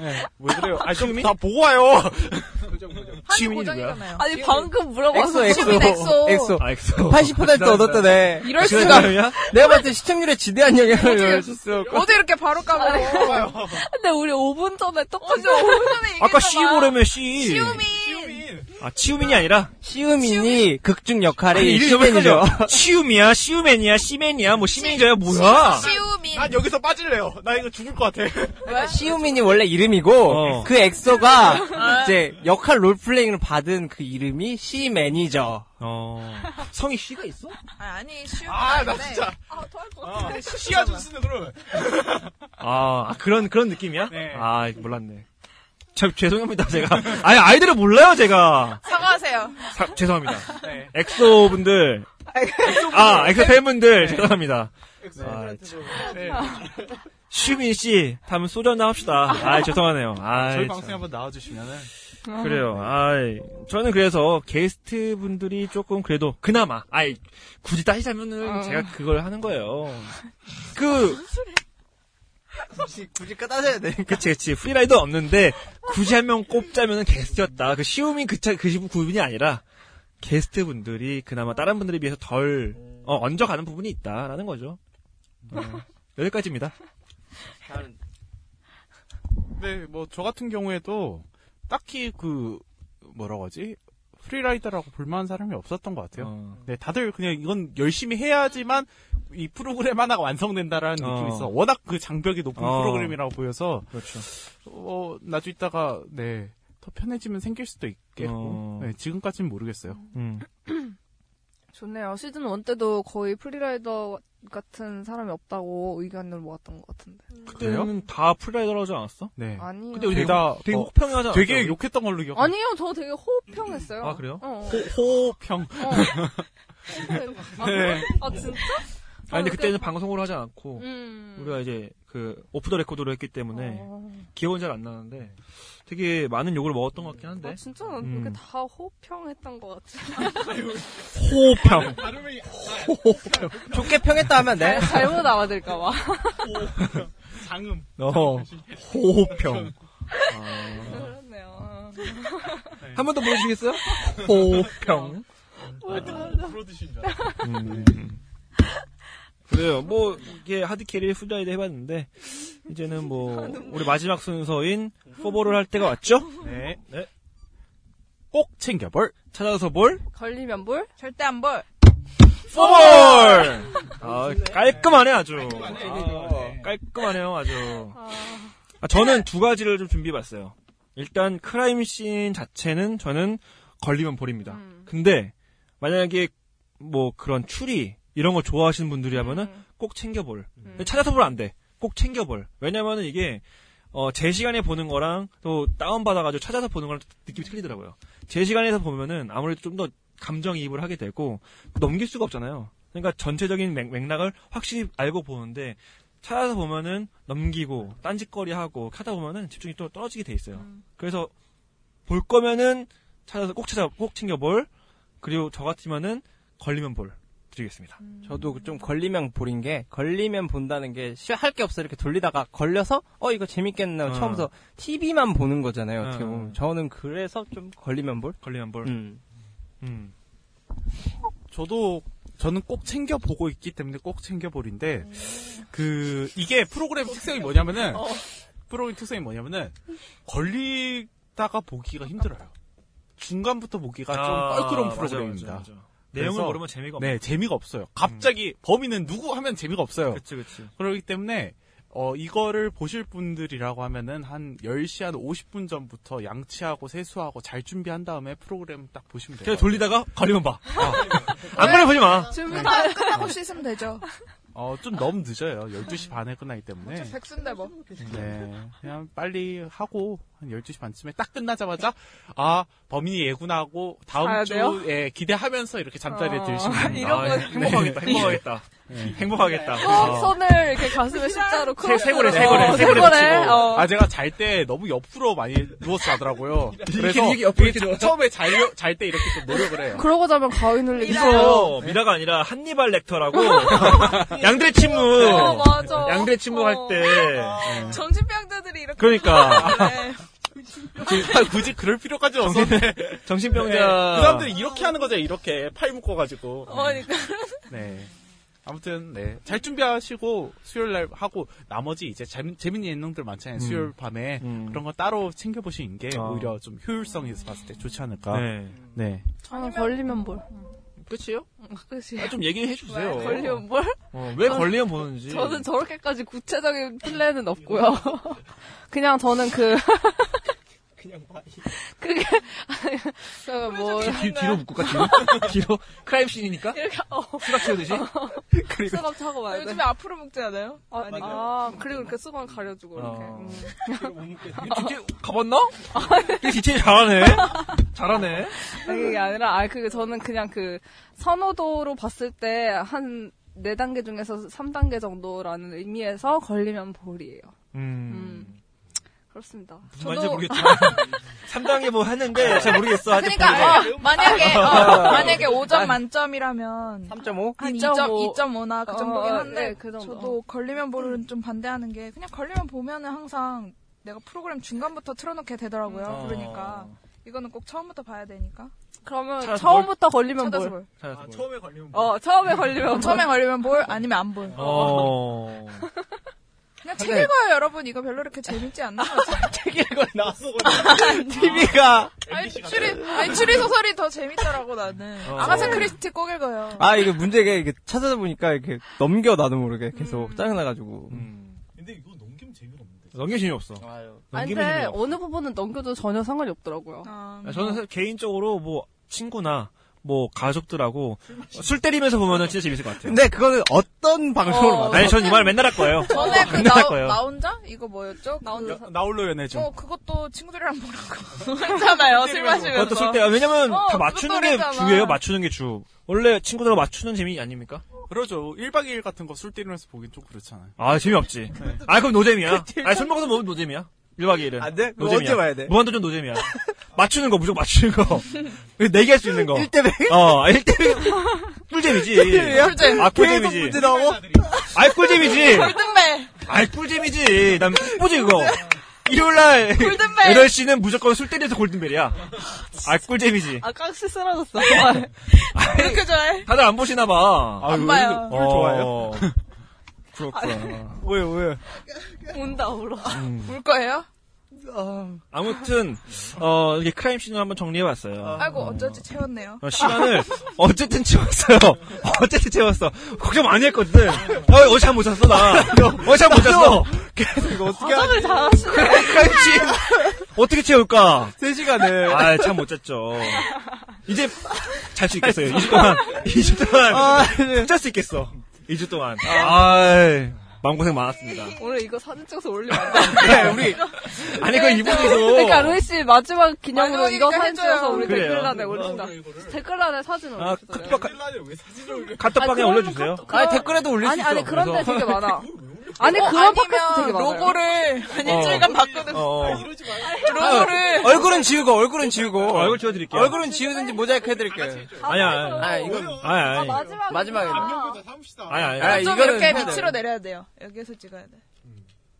B: 네. 왜 그래요? 아, 좀다 보고 와요.
H: 지민이 고정이잖아요.
F: 아니 방금 물어봤어.
G: 엑소 엑소 엑소
E: 아, 엑소.
D: 어,
G: 80%도 얻었다네.
F: 이럴 수가.
G: 그러니까 내가 봤을 때 시청률에 지대한 영향을 줬어.
H: 어제 이렇게 바로 까먹어.
F: 근데 우리 5분 전에 똑같이
H: 어제 5분 전에 얘기했잖아.
D: 아까 씨보라며 씨.
H: 시우민.
D: 아 치우민이 아니라
G: 시우민이 극중 역할의
D: 이름이 헷갈려.
G: 시맨이죠.
D: 치우미야, 시우맨이야, 시맨이야, 뭐 시맨이야 뭐야?
H: 시우민.
B: 난 여기서 빠질래요. 나 이거 죽을 것 같아.
H: 왜?
G: 시우민이 원래 이름이고
D: 어.
G: 그
H: 아.
G: 엑소가 이제 역할 롤플레잉을 받은 그 이름이 시맨이죠.
D: 어. 성이 씨가 있어?
H: 아니 시우민.
B: 아, 나
H: 아닌데.
B: 진짜.
H: 아 토할 것
B: 아,
H: 같아.
B: 시아 존스는 그러면.
D: 아, 아, 그런 그런 느낌이야?
B: 네.
D: 아 몰랐네. 참 죄송합니다 제가. 아니 아이들을 몰라요 제가.
H: 사과하세요.
D: 사- 죄송합니다.
B: 네.
D: 엑소 분들. 아 엑소 팬분들 죄송합니다. 아,
B: 네.
D: 슈민 씨 다음에 소주 한잔 합시다. 아 죄송하네요. 아
B: 저희 방송에 한번 나와주시면은.
D: 그래요. 아 저는 그래서 게스트 분들이 조금 그래도 그나마 아이 굳이 따지자면은
F: 어.
D: 제가 그걸 하는 거예요. 그
M: 굳이, 굳이 까다셔야 돼.
D: 그치, 그치. 프리라이더 없는데, 굳이 한 명 꼽자면은 게스트였다. 그 시우민 그 차, 그 시부 구분이 아니라, 게스트 분들이 그나마 다른 분들에 비해서 덜, 어, 얹어가는 부분이 있다라는 거죠. 어, 여기까지입니다.
B: 네, 뭐, 저 같은 경우에도 딱히 그, 뭐라고 하지? 프리라이더라고 불만한 사람이 없었던 것 같아요.
D: 어.
B: 네, 다들 그냥 이건 열심히 해야지만 이 프로그램 하나가 완성된다라는
D: 어.
B: 느낌이 있어. 워낙 그 장벽이 높은
D: 어.
B: 프로그램이라고 보여서,
D: 그렇죠.
B: 어, 나도 이따가, 네, 더 편해지면 생길 수도 있겠고,
D: 어.
B: 네, 지금까지는 모르겠어요.
D: 음.
F: 좋네요. 시즌 1 때도 거의 프리라이더 같은 사람이 없다고 의견을 모았던 것 같은데.
D: 음, 네. 그때는 다 프리라이더라고 하지 않았어?
B: 네.
F: 아니요.
D: 근데 우리
B: 되다,
D: 되게
B: 어,
D: 혹평이 하지 않았어?
B: 되게 욕했던 걸로 기억해요.
F: 아니요, 저 되게 호평했어요.
D: 아, 그래요?
F: 어. 어.
B: 호평.
F: 어. 아,
B: 네.
F: 아, 진짜?
D: 아니,
G: 어,
D: 근데 그때는 방송으로 하지 않고,
F: 음.
D: 우리가 네. 이제, 그, 오프 더 레코드로 했기 때문에,
F: 어.
D: 기억은 잘 안 나는데, 되게 많은 욕을 먹었던 것 같긴
F: 아,
D: 한데.
F: 진짜 난
D: 음.
F: 그게 다 호평했던 것 같아.
D: 호평!
G: 좋게 평했다 하면
D: 네?
G: 돼.
F: 잘못 알아들까봐.
B: 장음.
D: 어, 호평. 아.
F: 그렇네요.
G: 한 번 더 보여주시겠어요?
D: 호평. 아,
B: 프로듀싱 아, 줄
D: 음.
B: 네.
D: 그래요. 뭐 이게 하드캐리 후자이드 해봤는데 이제는 뭐 우리 마지막 순서인 포보를 할 때가 왔죠.
B: 네. 꼭 챙겨볼.
D: 찾아서 볼
F: 걸리면 볼?
H: 절대 안 볼.
D: 포볼. 아 깔끔하네 아주. 아, 네. 깔끔하네요 아주. 아, 저는 두 가지를 좀 준비해봤어요. 일단 크라임 씬 자체는 저는 걸리면 볼입니다.
F: 음.
D: 근데 만약에 뭐 그런 추리 이런 거 좋아하시는 분들이 하면은 네,
F: 음.
D: 꼭 챙겨볼.
F: 음.
D: 근데 찾아서 보면 안 돼. 꼭 챙겨볼. 왜냐면은 이게, 어, 제 시간에 보는 거랑 또 다운받아가지고 찾아서 보는 거랑 느낌이 틀리더라고요. 제 시간에서 보면은 아무래도 좀 더 감정이입을 하게 되고 넘길 수가 없잖아요. 그러니까 전체적인 맥, 맥락을 확실히 알고 보는데 찾아서 보면은 넘기고 딴짓거리 하고 하다 보면은 집중이 또 떨어지게 돼 있어요. 그래서 볼 거면은 찾아서 꼭 찾아, 꼭 챙겨볼. 그리고 저 같으면은 걸리면 볼. 드리겠습니다.
G: 음. 저도 그 좀 걸리면 볼인 게 걸리면 본다는 게 할 게 없어 이렇게 돌리다가 걸려서 어 이거 재밌겠나
D: 어.
G: 처음부터 TV만 보는 거잖아요 어떻게
D: 어.
G: 보면 저는 그래서 좀 걸리면 볼.
D: 걸리면 볼.
G: 음.
D: 음.
B: 저도 저는 꼭 챙겨 보고 있기 때문에 꼭 챙겨 볼인데 그 이게 프로그램 특성이 뭐냐면은 프로그램 특성이 뭐냐면은 걸리다가 보기가 힘들어요. 중간부터 보기가 좀 껄끄러운 프로그램입니다.
D: 아, 맞아, 맞아. 내용을
B: 그래서-
D: 모르면 재미가 없네.
B: 네, 재미가 없어요. 갑자기 범인은 누구 하면 재미가 없어요.
D: 그치, 그치.
B: 그렇기 때문에 어 이거를 보실 분들이라고 하면은 한 10시 한 50분 전부터 양치하고 세수하고 잘 준비한 다음에 프로그램 딱 보시면 돼요.
D: 그냥 돌리다가 걸리면 봐. 안 걸려 보지 마.
H: 준비
D: 네.
H: 다 끝나고 씻으면 되죠.
B: 어, 좀 너무 늦어요. 12시 반에 끝나기 때문에.
H: 저 백순대 뭐.
B: 네. 그냥 빨리 하고, 한 12시 반쯤에 딱 끝나자마자, 아, 범인이 예구나 하고, 다음
F: 자야 돼요?
B: 주에 예, 기대하면서 이렇게 잠자리에
F: 아,
B: 들으시면 됩니다.
D: 어,
B: 아, 예. 네.
D: 이런 거 행복하겠다. 행복하겠다.
G: 네.
D: 행복하겠다.
F: 꼭
D: 예. 어.
F: 손을 이렇게 가슴에 십자로 크로스.
D: 세고래, 세고래,
F: 어,
D: 세고래
F: 세고래.
D: 붙이고.
F: 어.
B: 네. 아, 제가 잘 때 너무 옆으로 많이 누워서 자더라고요. 그래서
D: 이렇게 옆으로
B: 이게 처음에 자려, 잘 때 이렇게 좀 노력을 해요.
F: 그러고 자면 가위 눌리기.
D: 이거 어, 미라가 아니라 한니발 렉터라고 양대 침묵.
F: 어, 맞아.
D: 양대 침묵 할
F: 어.
D: 때.
H: 정신병자들이 이렇게.
D: 그러니까
H: 하는데.
B: 아, 굳이 그럴 필요까지 없었네.
D: 정신병자.
B: 네, 그 사람들이 이렇게 하는 거죠, 이렇게. 팔 묶어가지고.
H: 그러니까.
B: 네. 아무튼, 네. 잘 준비하시고, 수요일 날 하고, 나머지 이제 재미, 재밌는 예능들
S: 음.
B: 많잖아요. 수요일 밤에. 그런 거 따로 챙겨보시는 게
D: 아.
B: 오히려 좀 효율성에서 봤을 때 좋지 않을까.
D: 네.
B: 네.
F: 아, 걸리면 뭘?
D: 끝이에요?
F: 끝이.
D: 아, 좀 얘기해 주세요.
F: 왜 걸리면 뭘?
D: 어, 왜
F: 저는-
D: 걸리면
B: 예.
D: 보는지.
F: 저는 저렇게까지 구체적인 플랜은 없고요. 그냥 저는 그
S: 그냥 봐.
F: 그게 아니, 제가 뭐
D: 뒤, 뒤로 묶을까, 뒤로? 뒤로? 크라임씬이니까?
F: 이렇게 어
D: 수박 키우듯이? 그리고.
F: 수갑 차고 와야 돼.
H: 요즘에 앞으로 묶지 않아요?
F: 아, 아, 그리고 이렇게 수건 가려주고 이렇게.
D: 어.
F: 음.
D: 이거 DJ 가봤나?
F: 아.
D: 이게 DJ 잘하네? 잘하네?
F: 아니, 그게 아니라, 아 그게 저는 그냥 그 선호도로 봤을 때 한 네 단계 중에서 삼 단계 정도라는 의미에서 걸리면 볼이에요. 음. 그렇습니다.
D: 무슨 말인지 모르겠지만. 3단계 뭐 했는데, 잘 모르겠어.
H: 아,
D: 아직
H: 그러니까
D: 모르겠어.
H: 어, 만약에 어, 만약에 5점 만점이라면
G: 3.5?
H: 한
F: 2.5.
H: 2.5, 2.5나 그 정도긴
F: 어,
H: 한데
F: 예, 그 정도.
H: 저도 걸리면 보는 좀 반대하는 게 그냥 걸리면 보면은 항상 내가 프로그램 중간부터 틀어놓게 되더라고요.
D: 음.
H: 그러니까 이거는 꼭 처음부터 봐야 되니까.
F: 그러면
D: 찾아서
F: 처음부터 걸리면
H: 찾아서
F: 볼.
H: 볼.
D: 아, 처음-
S: 처음에 걸리면 뭐.
F: 어, 처음에 걸리면 볼.
H: 처음에 걸리면 볼 아니면 안 볼.
D: 어.
H: 그냥 책 읽어요 여러분. 이거 별로 이렇게 재밌지 않나?
S: 책 읽어 나왔어. TV가.
H: 아니 추리 아니 추리 소설이 더 재밌더라고 나는.
D: 어.
H: 아가사 크리스티 꼭 읽어요.
G: 아, 이게 문제가 이게 찾아보니까 이렇게 넘겨 나도 모르게 계속 짜증나가지고.
D: 음.
S: 근데 이거 넘기면 재미가 없는데.
D: 넘겨심이 없어.
F: 아니,
D: 넘기면
F: 근데
D: 재미가 없어.
F: 어느 부분은 넘겨도 전혀 상관이 없더라고요.
H: 아,
D: 아, 저는 사실 개인적으로 뭐, 친구나, 뭐, 가족들하고, 술 때리면서 보면은 진짜 재밌을 것 같아요.
G: 근데 그거는 어떤 방송으로
H: 어.
G: 봐?
D: 아니, 전 이 말 맨날 할 거예요.
H: 전에 그
D: 맨날 할
H: 나,
D: 거예요.
H: 나 혼자 이거 뭐였죠? 나
F: 아,
H: 혼자
B: 나- 나홀로 연애 좀.
H: 어, 그것도 친구들이랑 보라고 했잖아요. 술 마시면서.
D: 그것도 술 때, 왜냐면
H: 어,
D: 다 맞추는 게
H: 그것도 그러잖아.
D: 주예요, 맞추는 게 주. 원래 친구들하고 맞추는 재미 아닙니까?
B: 그러죠. 1박 2일 같은 거 술 때리면서 보긴 좀 그렇잖아요.
D: 아, 재미없지. 아, 그럼 노잼이야. 아, 술 먹어서 먹으면 노잼이야. 1박 2일은.
S: 안 돼? 그거 언제 봐야 돼?
D: 무한도전 노잼이야. 맞추는 거, 무조건 맞추는 거. 내기할 수 있는 거.
G: 1대100?
D: 어, 1대1. 꿀잼이지.
H: 꿀잼.
D: 아,
G: 계속 문제
F: 네,
D: 꿀잼이지.
G: 나오고?
D: 아이, 꿀잼이지.
H: 골든벨.
D: 아이, 꿀잼이지. 난 꿀잼 그거. 일요일날,
H: 골든벨.
D: 8시는 무조건 술 때려서 골든벨이야. 아이, 꿀잼이지.
F: 아, 깡씨 쓰러졌어.
H: 이렇게 좋아해.
D: 다들 안 보시나봐. 어.
B: 아,
H: 안 봐요.
B: 꿀 좋아해요?
D: 그렇구나.
B: 왜, 왜?
F: 운다, 울어.
H: 울 거예요?
D: 아무튼 어 이렇게 크라임 씬을 한번 정리해봤어요.
H: 아이고, 어쩐지 채웠네요.
D: 어, 시간을 어쨌든 채웠어요. 어쨌든 채웠어. 걱정 많이 했거든. 어, 어제 잠못 잤어 나. 어제 잠못 잤어. 그래서 이거 어떻게
F: 화장을 잘하시네.
D: 크라임 씬 어떻게 채울까?
S: 3시간을.
D: 아, 잠 못 잤죠. 이제 잘 수 있겠어요. 2주 동안 2주 동안 잘 수 있겠어. 2주 동안. 아, 마음고생 많았습니다.
F: 오늘 이거 사진 찍어서 올리면 안 돼.
D: 네, 우리 아니 그 이분이도
F: 그러니까 루이 씨 마지막 기념으로
H: 마지막이니까
F: 이거 사진
H: 해줘요.
F: 찍어서 우리
D: 그래요.
F: 댓글란에 올린다. 댓글란에 사진
D: 아,
F: 올렸어요.
D: 카톡
S: 그 왜 사진을 올려?
D: 카톡방에
F: 아니,
D: 올려주세요.
G: 아니, 댓글에도 올릴 수
F: 아니 아니
G: 있어.
F: 그런 데
G: 그래서.
F: 되게 많아. 아니 그런 팟캐스트 되게
H: 어, 아니면
F: 많아요.
H: 로고를 한 일주일간 바꾸는
D: 어, 어.
S: 이러지 마요.
H: 로고를
G: 아, 얼굴은 지우고, 얼굴은 지우고.
D: 어, 얼굴 지워드릴게요.
G: 얼굴은 지우든지 모자이크 해드릴게요.
D: 아니야, 아니야.
G: 아, 이거.
D: 아니, 아니.
F: 마지막
G: 마지막에.
S: 이러자, 삼시다.
D: 아니, 아니.
G: 아,
H: 좀
G: 이거는
H: 이렇게
G: 해야
H: 밑으로
G: 돼요.
H: 내려야 돼요. 여기에서 찍어야 돼.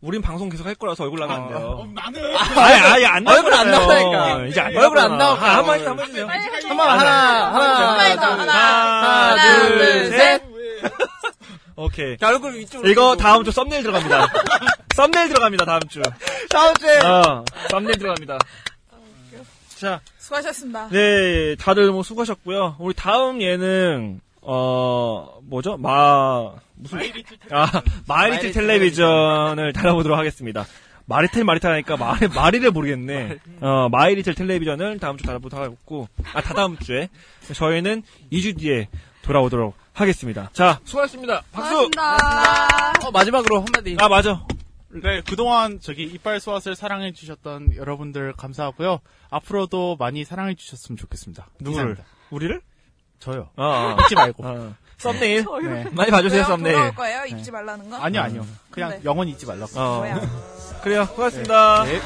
D: 우린 방송 계속 할 거라서 얼굴 나면 안
S: 어,
D: 돼요.
S: 나는.
D: 아니, 아니, 아, 안 나올
G: 얼굴 안
D: 거라서요. 어,
G: 나온다니까.
D: 이제 안
G: 얼굴 안
D: 나오잖아.
G: 나올까?
D: 아, 한번 해주세요. 한번 해주세요.
G: 한번 하나, 하나,
H: 하나,
G: 둘,
H: 하나,
D: 하나,
H: 하나,
D: 둘,
H: 둘,
D: 셋. 오케이.
G: 자, 얼굴 위쪽으로.
D: 이거
G: 보고.
D: 다음 주 썸네일 들어갑니다. 썸네일 들어갑니다, 다음 주.
G: 다음 주에.
B: 아.
D: 어, 썸네일 들어갑니다. 자,
H: 수고하셨습니다.
D: 네, 다들 뭐 수고하셨고요. 우리 다음 예능 어 뭐죠? 마 무슨 아 마리텔 텔레비전을 다뤄보도록 하겠습니다. 마리텔 마리텔하니까 말 마리를 모르겠네. 어 마리텔 텔레비전을 다음 주 다뤄보도록 하겠고 아 다다음 주에 저희는 2주 뒤에 돌아오도록 하겠습니다. 자 수고하셨습니다. 박수.
G: 어, 마지막으로 한마디.
D: 아 맞아.
B: 네, 그동안 저기 이빨 소앗을 사랑해주셨던 여러분들 감사하고요. 앞으로도 많이 사랑해주셨으면 좋겠습니다.
D: 누구를?
B: 이상입니다.
D: 우리를?
B: 저요.
D: 아
B: 잊지 말고.
G: 어.
D: 아. 썸네일
B: 네.
D: 많이 봐주세요
H: 그럼 돌아올
D: 썸네일.
H: 거예요? 입지 말라는 거?
B: 아니요, 아니요.
D: 음.
B: 그냥
H: 네.
B: 영원 잊지 말라고.
D: 어
H: 뭐야.
D: 그래요. 수고하셨습니다.
B: 네.